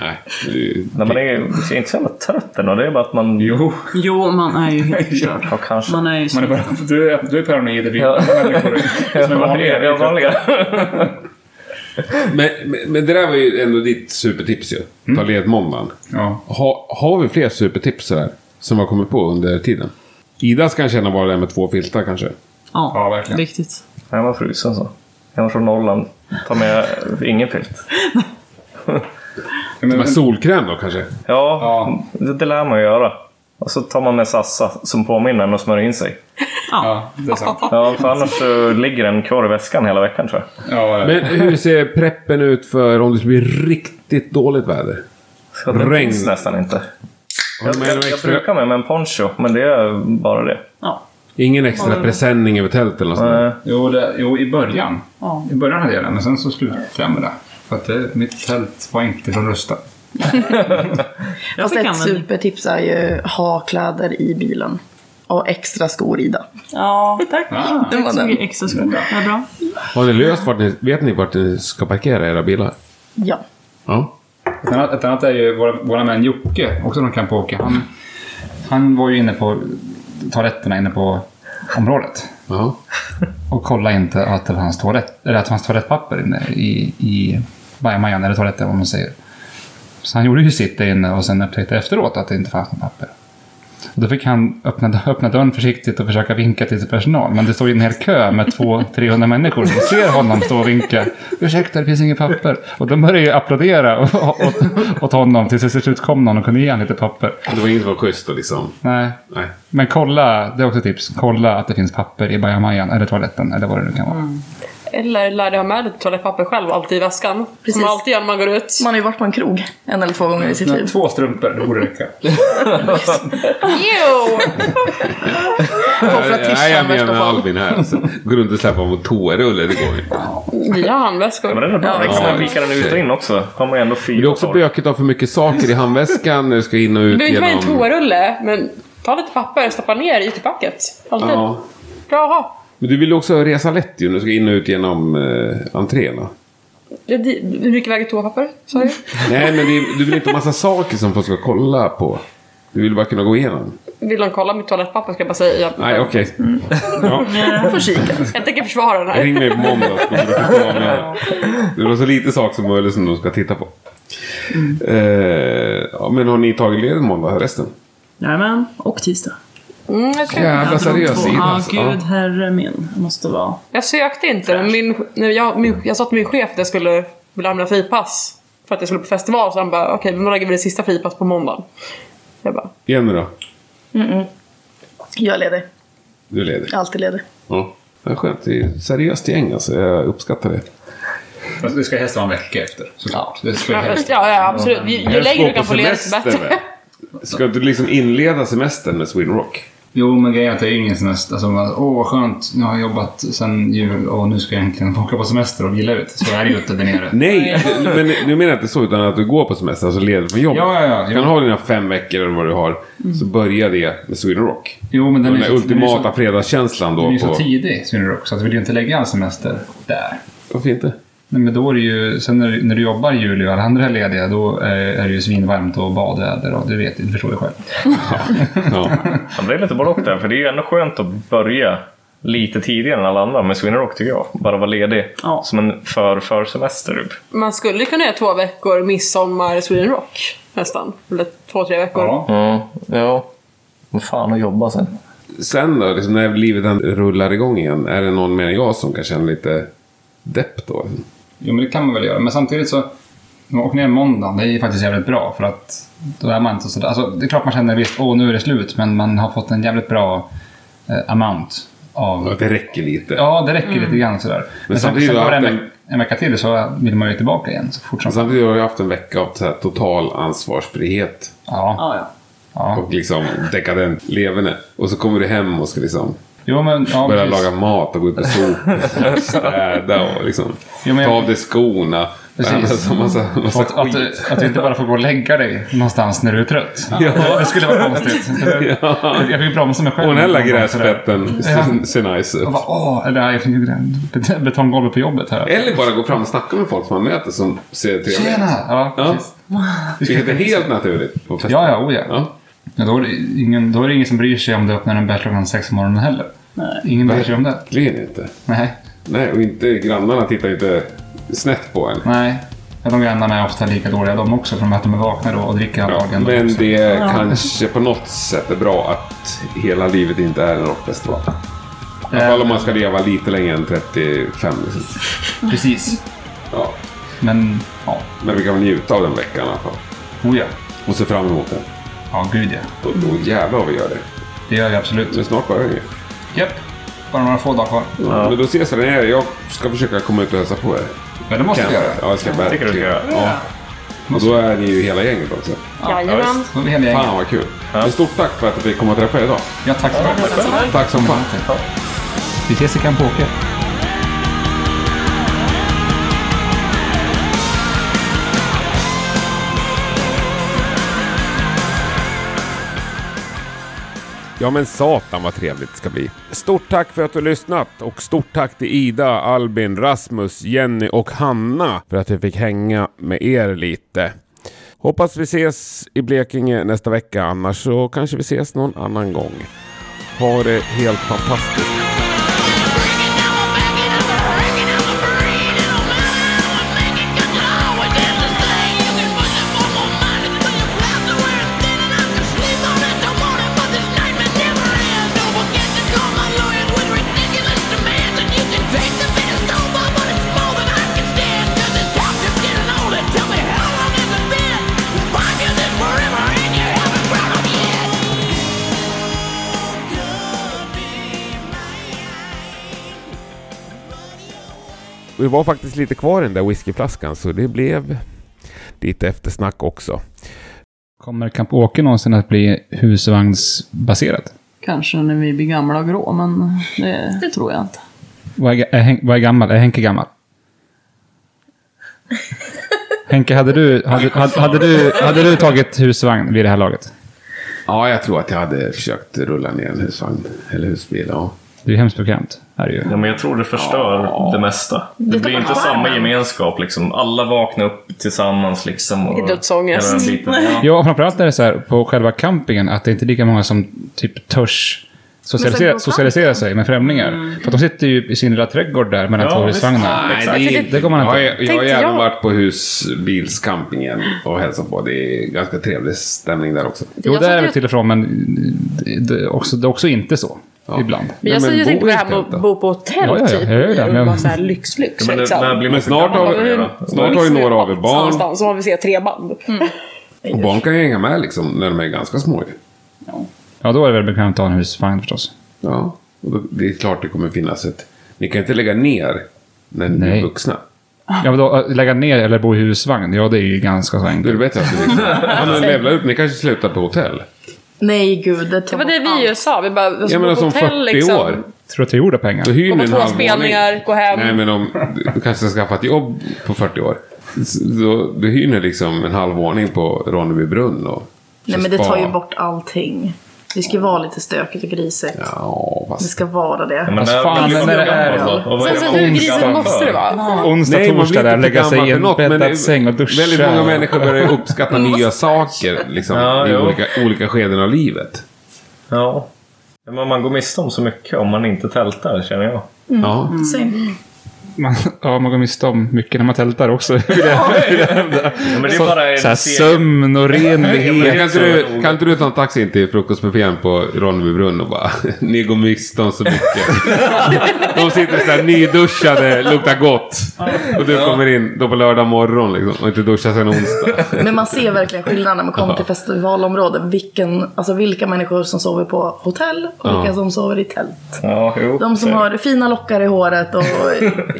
Speaker 5: Nej, du,
Speaker 1: Nej, man är ju det är inte så jävla trött ändå. Det är bara att man... Jo.
Speaker 3: Jo, man är ju
Speaker 4: <laughs>
Speaker 3: helt förstörd.
Speaker 1: Ja, kanske.
Speaker 3: Man är ju så...
Speaker 4: bara, du, är, du är paranoid. Det
Speaker 1: Ja. <laughs>
Speaker 4: är
Speaker 1: Ja, vanliga. <laughs>
Speaker 5: Men, men, men det där var ju ändå ditt supertips ju.
Speaker 1: Mm.
Speaker 5: Ta ledigt måndagen.
Speaker 4: Ja.
Speaker 5: Ha, har vi fler supertips sådär? Som har kommit på under tiden? Idas kan känna bara det här med två filtar kanske.
Speaker 4: Ja,
Speaker 3: Ja,
Speaker 4: verkligen.
Speaker 3: viktigt.
Speaker 1: Nej, man är frusen så. Jag var från Norrland. Ta med ingen filt. Mm.
Speaker 5: Men, solkräm då kanske?
Speaker 1: Ja, Det, det lär man ju göra. Och så tar man med Sassa som påminner en och smörjer in sig.
Speaker 4: Ja, det är sant.
Speaker 1: Ja, för annars så ligger den kvar i väskan hela veckan tror jag.
Speaker 4: Ja,
Speaker 5: Men hur ser preppen ut för om det blir riktigt dåligt väder?
Speaker 1: Så den
Speaker 5: Regn.
Speaker 1: finns nästan inte.
Speaker 5: Har
Speaker 1: Jag,
Speaker 5: du med någon
Speaker 1: jag, jag
Speaker 5: extra,
Speaker 1: brukar med mig en poncho, men det är bara det.
Speaker 3: Ja.
Speaker 5: ingen extra presenning över tältet eller något sånt där?
Speaker 1: Eh,
Speaker 4: Jo, det, jo, i början.
Speaker 3: Ja.
Speaker 4: I början hade jag den, men sen så slutade jag med det. För att det, mitt tält var inte från Rusta.
Speaker 3: Jag
Speaker 7: Fast
Speaker 3: fick
Speaker 7: ett
Speaker 3: användning.
Speaker 7: supertips är ju ha kläder i bilen. Och extra skor i den.
Speaker 3: Ja, tack.
Speaker 4: Ah.
Speaker 7: Det var
Speaker 3: Tack så
Speaker 7: den.
Speaker 3: mycket extra skor. Det är bra.
Speaker 5: Har ni löst vart ni, vet ni vart ni ska parkera era bilar?
Speaker 7: Ja.
Speaker 5: Ja.
Speaker 4: Ett annat, ett annat är ju våra, våra män Jocke, också från Camp Åke. Han, han var ju inne på toaletterna inne på området.
Speaker 5: ja.
Speaker 4: Och kolla inte att det fanns, toalett, eller att det fanns toalettpapper inne i, i bajamajan, eller toaletten vad man säger. Så han gjorde ju sitt där inne och sen upptäckte efteråt att det inte fanns något papper. Och då fick han öppna, öppna dörren försiktigt och försöka vinka till sin personal. Men det står ju en hel kö med 200-300 människor som ser honom stå och vinka. Ursäkta, det finns inget papper. Och de började ju applådera åt, åt, åt honom tills det till slut kom någon och kunde ge honom lite papper.
Speaker 5: Det var inget som var schysst då, liksom.
Speaker 4: Nej,
Speaker 5: Nej.
Speaker 4: men kolla, det är också ett tips. Kolla att det finns papper i bajamajan eller toaletten eller vad det nu kan vara.
Speaker 9: Eller lär dig ha med dig toalettpapper själv alltid i väskan. Som
Speaker 7: Precis.
Speaker 9: man alltid gör när man går ut.
Speaker 7: Man har ju varit på en krog en eller två gånger i sitt liv.
Speaker 4: Två strumpor, det borde räcka.
Speaker 9: Jo!
Speaker 5: Nej, jag menar Albin här. Alltså. Går runt och släpar på toarulle, det går ju inte.
Speaker 9: Vi har handväskor.
Speaker 1: Ja, men den är bra. Den kan man vika den ut och in också. Har man ju ändå fyra
Speaker 5: Men det är också
Speaker 1: kvar.
Speaker 5: bökigt att ha för mycket saker i handväskan när du ska in och
Speaker 9: Du
Speaker 5: ut
Speaker 9: behöver inte vara i en
Speaker 5: genom...
Speaker 9: toarulle, men ta lite papper och stoppa ner i ytterfacket. Alltid.
Speaker 5: Ja.
Speaker 9: Bra att ha.
Speaker 5: Men du vill ju också resa lätt ju när du ska in och ut genom eh, entrén. va?
Speaker 9: Det- det- Hur mycket väger toapapper? Sa du?
Speaker 5: Nej, men det, du vill inte ha massa saker som folk ska kolla på. Du vill bara kunna gå igenom.
Speaker 9: Vill de kolla mitt toalettpapper ska jag bara säga.
Speaker 5: Nej, okej. Ja.
Speaker 9: Jag tänker försvara den här.
Speaker 5: Ring mig på måndag så kommer du förstå om jag... Det var så lite sak som möjligt som de ska titta på. Eh, ja, men har ni tagit ledigt måndag resten?
Speaker 3: Jajamän, och tisdag.
Speaker 9: Mm, jag, tror-
Speaker 5: Jävla
Speaker 3: Jag drog
Speaker 5: seriös
Speaker 3: två.
Speaker 5: sida.
Speaker 3: Ja,
Speaker 5: alltså.
Speaker 3: gud herre min. Jag måste vara...
Speaker 9: jag sökte inte, men min, nej, jag, min, jag sa till min chef att jag skulle vilja använda fripass. För att jag skulle på festival, så han bara okej, men då lägger vi det sista fripass på måndagen. Jag bara,
Speaker 5: Jenny då?
Speaker 7: Mm-mm. Jag är ledig.
Speaker 5: Du är ledig?
Speaker 7: Jag är alltid ledig.
Speaker 5: Ja. Det är skönt. Det är ett seriöst gäng alltså. Jag uppskattar det.
Speaker 4: Fast det ska helst vara en vecka efter, såklart. Det ska
Speaker 9: ja,
Speaker 4: helst.
Speaker 9: ja, ja absolut. Ju, ju
Speaker 5: Jag
Speaker 9: längre
Speaker 5: ska
Speaker 9: du kan
Speaker 5: på
Speaker 9: få ledigt
Speaker 5: semester,
Speaker 9: desto bättre.
Speaker 5: va? Ska du liksom inleda semestern med Sweden Rock?
Speaker 4: Jo, men grejen är att det är ingen semester. Alltså, man, åh, vad skönt. Nu har jag jobbat sen jul och nu ska jag äntligen få åka på semester och vila ut. Så är det ju inte där nere.
Speaker 5: <laughs> Nej, du- men du menar inte så utan att du går på semester, alltså leder från jobbet.
Speaker 4: Ja, ja, ja. Mm.
Speaker 5: Du kan ha dina fem veckor eller vad du har. Så börjar det med Sweden Rock.
Speaker 4: Jo, men den,
Speaker 5: Den,
Speaker 4: är
Speaker 5: där
Speaker 4: ju så- den är ju
Speaker 5: ultimata
Speaker 4: så,
Speaker 5: fredagskänslan då.
Speaker 4: den är ju
Speaker 5: på...
Speaker 4: så tidig, Sweden Rock, så att vi vill ju inte lägga all semester där.
Speaker 5: Varför inte?
Speaker 4: Nej, men då är det ju, sen när, du- när du jobbar i juli och alla andra är lediga, då är, är det ju svinvarmt och badväder och du vet, du förstår ju
Speaker 5: <laughs>
Speaker 4: själv.
Speaker 5: Ja.
Speaker 1: Ja, det är lite både och där, för det är ju ändå skönt att börja lite tidigare än alla andra med Sweden Rock tycker jag. Bara vara ledig. Som en för-försemester typ.
Speaker 9: Man skulle kunna göra två veckor midsommar Sweden Rock nästan. Eller två, tre veckor.
Speaker 1: Mm, ja. Vad fan att jobba sen.
Speaker 5: Sen då, liksom, när livet än rullar igång igen. Är det någon mer än jag som kan känna lite depp då?
Speaker 4: Jo, men det kan man väl göra. Men samtidigt så, och ner måndagen, det är ju faktiskt jävligt bra för att då är man inte sådär. Alltså, det är klart man känner visst, åh, nu är det slut, men man har fått en jävligt bra eh, amount av...
Speaker 5: Att det räcker lite.
Speaker 4: Ja, det räcker lite grann sådär. Men,
Speaker 5: Mm. samtidigt
Speaker 4: sen, sen går det en,
Speaker 5: att det- Alltså-
Speaker 4: veck- en vecka till så vill man ju tillbaka igen så fort som
Speaker 5: Samtidigt har jag haft en vecka av så här, total ansvarsfrihet.
Speaker 4: Ja. ja.
Speaker 5: Och liksom dekadent leverne. Och så kommer du hem och ska liksom
Speaker 4: Jo, men, ja,
Speaker 5: börja
Speaker 4: precis.
Speaker 5: laga mat och gå ut
Speaker 4: <laughs>
Speaker 5: och sopa och städa och liksom
Speaker 4: Jo, men
Speaker 5: ta
Speaker 4: jag-
Speaker 5: av dig skorna.
Speaker 4: Precis. Mm.
Speaker 5: Alltså, massa, massa
Speaker 4: Att, att, du-
Speaker 5: skit.
Speaker 4: att du inte bara får gå och lägga dig någonstans när du är
Speaker 5: <laughs>
Speaker 4: trött. Det skulle vara konstigt.
Speaker 5: Ja.
Speaker 4: Jag fick bromsa mig själv.
Speaker 5: Och den här lilla
Speaker 4: någon gång sådär.
Speaker 5: gräsplätten
Speaker 4: Ja.
Speaker 5: ser- ser nice ut.
Speaker 4: Jag bara, åh, eller nej, jag fick ju bet- betonggolvet på jobbet här.
Speaker 5: Eller bara gå fram och snacka med folk som man möter som ser trevliga
Speaker 4: Tjena! Ja,
Speaker 5: Ja.
Speaker 4: precis.
Speaker 5: Vilket är helt naturligt på festen.
Speaker 4: <laughs> ja, ja, oh, ja. Men då, är det ingen, då är det ingen som bryr sig om du öppnar en bärs klockan sex på morgonen heller. Ingen bryr sig om det.
Speaker 5: Verkligen inte.
Speaker 4: Nej.
Speaker 5: Nej, och inte, grannarna tittar inte snett på en.
Speaker 4: nej. Ja, de grannarna är ofta lika dåliga de också, för de att de är vakna då och dricker alla
Speaker 5: Ja,
Speaker 4: dagen.
Speaker 5: men det kanske på något sätt är bra att hela livet inte är en rockfestival. I
Speaker 4: eh,
Speaker 5: alla fall om man ska leva lite längre än 35. Liksom.
Speaker 4: Precis.
Speaker 5: Ja.
Speaker 4: Men, ja.
Speaker 5: Men vi kan väl njuta av den veckan i alla fall.
Speaker 4: Oh, ja.
Speaker 5: Och se fram emot den.
Speaker 4: Ja, gud ja.
Speaker 5: Och då jävlar vad vi gör det.
Speaker 4: Det gör vi absolut.
Speaker 5: Men snart börjar den ju.
Speaker 4: Japp. Bara några få dagar kvar.
Speaker 5: Ja. Men då ses vi där nere. Jag ska försöka komma ut och hälsa på er.
Speaker 4: Men det måste vi göra.
Speaker 5: Ja, det ska jag
Speaker 1: tycker du ska
Speaker 5: verkligen.
Speaker 1: göra.
Speaker 5: Ja. Och då är ni ju hela gänget också.
Speaker 9: Jajamän.
Speaker 4: Då är vi hela gänget.
Speaker 5: Fan vad kul. Men stort tack för att vi fick komma och träffa er idag.
Speaker 4: Ja, tack så mycket.
Speaker 5: Tack som fan.
Speaker 4: Vi ses i Kampoker.
Speaker 12: Ja men satan vad trevligt det ska bli. Stort tack för att du har lyssnat och stort tack till Ida, Albin, Rasmus, Jenny och Hanna för att vi fick hänga med er lite. Hoppas vi ses i Blekinge nästa vecka annars så kanske vi ses någon annan gång. Ha det helt fantastiskt.
Speaker 11: Forever and you haven't grown up yet. Could be mine.
Speaker 13: Vi var faktiskt lite kvar i den där whiskyflaskan så det blev lite eftersnack också.
Speaker 14: Kommer Kamp Åke någonsin att bli husvagnsbaserat?
Speaker 15: Kanske när vi blir gamla och grå, men det, det tror jag inte.
Speaker 14: Vad är, är, Hen- vad är gammal? Är Henke gammal? Henke, hade du, hade, hade, hade, du, hade du tagit husvagn vid det här laget?
Speaker 5: Ja, jag tror att jag hade försökt rulla ner en husvagn eller husbil. Ja.
Speaker 14: Det är ju hemskt bekvämt. Är det ju.
Speaker 1: Ja, men jag tror det förstör det mesta.
Speaker 14: Det
Speaker 1: Det blir
Speaker 14: tappar
Speaker 1: inte
Speaker 14: charmen.
Speaker 1: samma gemenskap liksom. Alla vaknar upp tillsammans liksom. Och
Speaker 9: I dödsångest.
Speaker 1: hela den
Speaker 5: <laughs>
Speaker 1: biten. Ja.
Speaker 14: Ja, och framförallt är det så här på själva campingen att det är inte lika många som typ törs
Speaker 9: Men sen
Speaker 14: socialisera,
Speaker 9: på
Speaker 14: socialisera sig med främlingar. För att de sitter ju i sin lilla trädgård där mellan
Speaker 5: Ja,
Speaker 14: två
Speaker 5: visst.
Speaker 14: husvagnar.
Speaker 5: Nej,
Speaker 14: Exakt.
Speaker 5: det är-
Speaker 14: det, går man inte.
Speaker 5: Jag, jag har ju även varit på husbilscampingen och hälsat på. Det är ganska trevlig stämning där också.
Speaker 14: Jo, det är det till och från, men det, det, är också, det är också inte så. Ibland.
Speaker 9: Men jag, jag tänkte på det här med att bo på hotell
Speaker 14: Ja, ja, ja,
Speaker 9: typ.
Speaker 14: jag gör det,
Speaker 9: och
Speaker 14: men-
Speaker 9: vara så här lyx-lyx
Speaker 14: Ja, men det-
Speaker 9: liksom.
Speaker 14: när blir man Men
Speaker 5: snart har- snart har ju några av er barn. Mm.
Speaker 9: Någonstans, som har vi ser tre band. Mm.
Speaker 5: Och barn kan ju hänga med liksom när de är ganska små. ju.
Speaker 14: Ja, då är det väl bekvämt att ha en husvagn förstås.
Speaker 5: Ja, och då, det är klart det kommer finnas ett... Ni kan inte lägga ner när ni
Speaker 14: Nej.
Speaker 5: är vuxna.
Speaker 14: Ja, men då, att lägga ner eller bo i husvagn, ja det är ju ganska så enkelt.
Speaker 5: Det är bättre att
Speaker 14: <laughs>
Speaker 5: du Ja, men levla upp. Ni kanske slutar på
Speaker 9: Alltså,
Speaker 5: hotell.
Speaker 7: Nej, gud. Det,
Speaker 9: Det var det vi ju sa. Vi bara, alltså,
Speaker 5: Jag menar som 40 år.
Speaker 14: Tror att jag gjorde pengar?
Speaker 5: Då hyr
Speaker 9: Gå
Speaker 5: ni
Speaker 9: på
Speaker 5: en
Speaker 9: två
Speaker 5: halvvåning.
Speaker 9: spelningar, gå hem.
Speaker 5: Nej, men om du kanske ska skaffa ett jobb på 40 år. S- Då, då hyr ni liksom en halvvåning på Ronneby brunn och...
Speaker 7: Nej, men det
Speaker 5: spa.
Speaker 7: tar ju bort allting. Det ska ju vara lite stökigt och grisigt.
Speaker 5: Ja, fast...
Speaker 7: Det ska vara det.
Speaker 5: men Fast där- fan, men när det är- och vad är Sen så det- Alltså, hur grisigt onsdag måste det vara?
Speaker 7: Ja.
Speaker 14: Onsdag,
Speaker 5: man blir
Speaker 14: torsdag där,
Speaker 5: inte för
Speaker 14: lägga sig
Speaker 5: gammal
Speaker 14: i
Speaker 5: för
Speaker 14: en
Speaker 5: något, men
Speaker 14: bäddad
Speaker 5: det-
Speaker 14: säng och duscha. Mm.
Speaker 5: Väldigt många människor börjar uppskatta nya saker liksom,
Speaker 1: Ja,
Speaker 5: i
Speaker 1: jo.
Speaker 5: olika, olika skeden av livet.
Speaker 1: Ja. Men man går miste om så mycket om man inte tältar, känner jag.
Speaker 7: Mm.
Speaker 5: Ja.
Speaker 7: Same.
Speaker 14: Man, ja, man går miste om mycket när man tältar också. vill jag- vill jag hävda.
Speaker 1: men det är
Speaker 14: Så-
Speaker 1: bara en
Speaker 14: så här
Speaker 1: serie.
Speaker 14: sömn och
Speaker 5: Men Kan
Speaker 14: renlighet.
Speaker 5: inte, du, kan inte du ta en taxi in till frukostbuffén på Ronneby brunn och bara <laughs> Ni går miste om så
Speaker 14: <laughs>
Speaker 5: mycket. De sitter sådär nyduschade, luktar gott. Och du kommer in då på lördag morgon liksom, och inte duschar sedan
Speaker 14: <laughs>
Speaker 5: onsdag.
Speaker 7: Men man ser verkligen skillnad när man kommer till festivalområden. Vilken, alltså vilka människor som sover på hotell och
Speaker 5: Ja.
Speaker 7: vilka som sover i tält.
Speaker 1: Ja, jo.
Speaker 7: De som har fina lockar i håret och
Speaker 9: <laughs>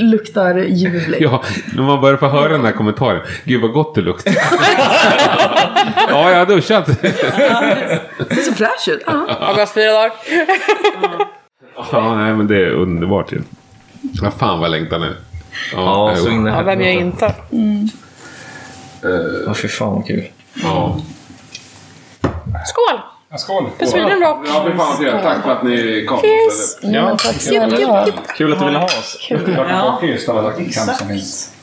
Speaker 7: luktar ljuvligt.
Speaker 5: Ja, när man börjar få höra den här kommentaren. Gud vad gott det
Speaker 14: <laughs>
Speaker 5: luktar. Ja, jag har duschat.
Speaker 7: Det ser så fräsch ut.
Speaker 9: Har gått fyra dagar.
Speaker 5: Ja, nej men det är underbart ju. Vad fan vad jag längtar nu.
Speaker 1: Ja, så in i
Speaker 9: Ja, vem gör inte?
Speaker 1: Ja, fy fan vad kul.
Speaker 5: Ja.
Speaker 9: Skål!
Speaker 14: Skål!
Speaker 9: För Sweden Rock!
Speaker 5: Ja, för fan vad trevligt. Tack för att ni kom.
Speaker 9: Cheers!
Speaker 1: Ja,
Speaker 9: Jupp, jupp, jupp.
Speaker 1: Kul att du ville ha oss.
Speaker 9: Kul. Ja.
Speaker 14: Just det, var det.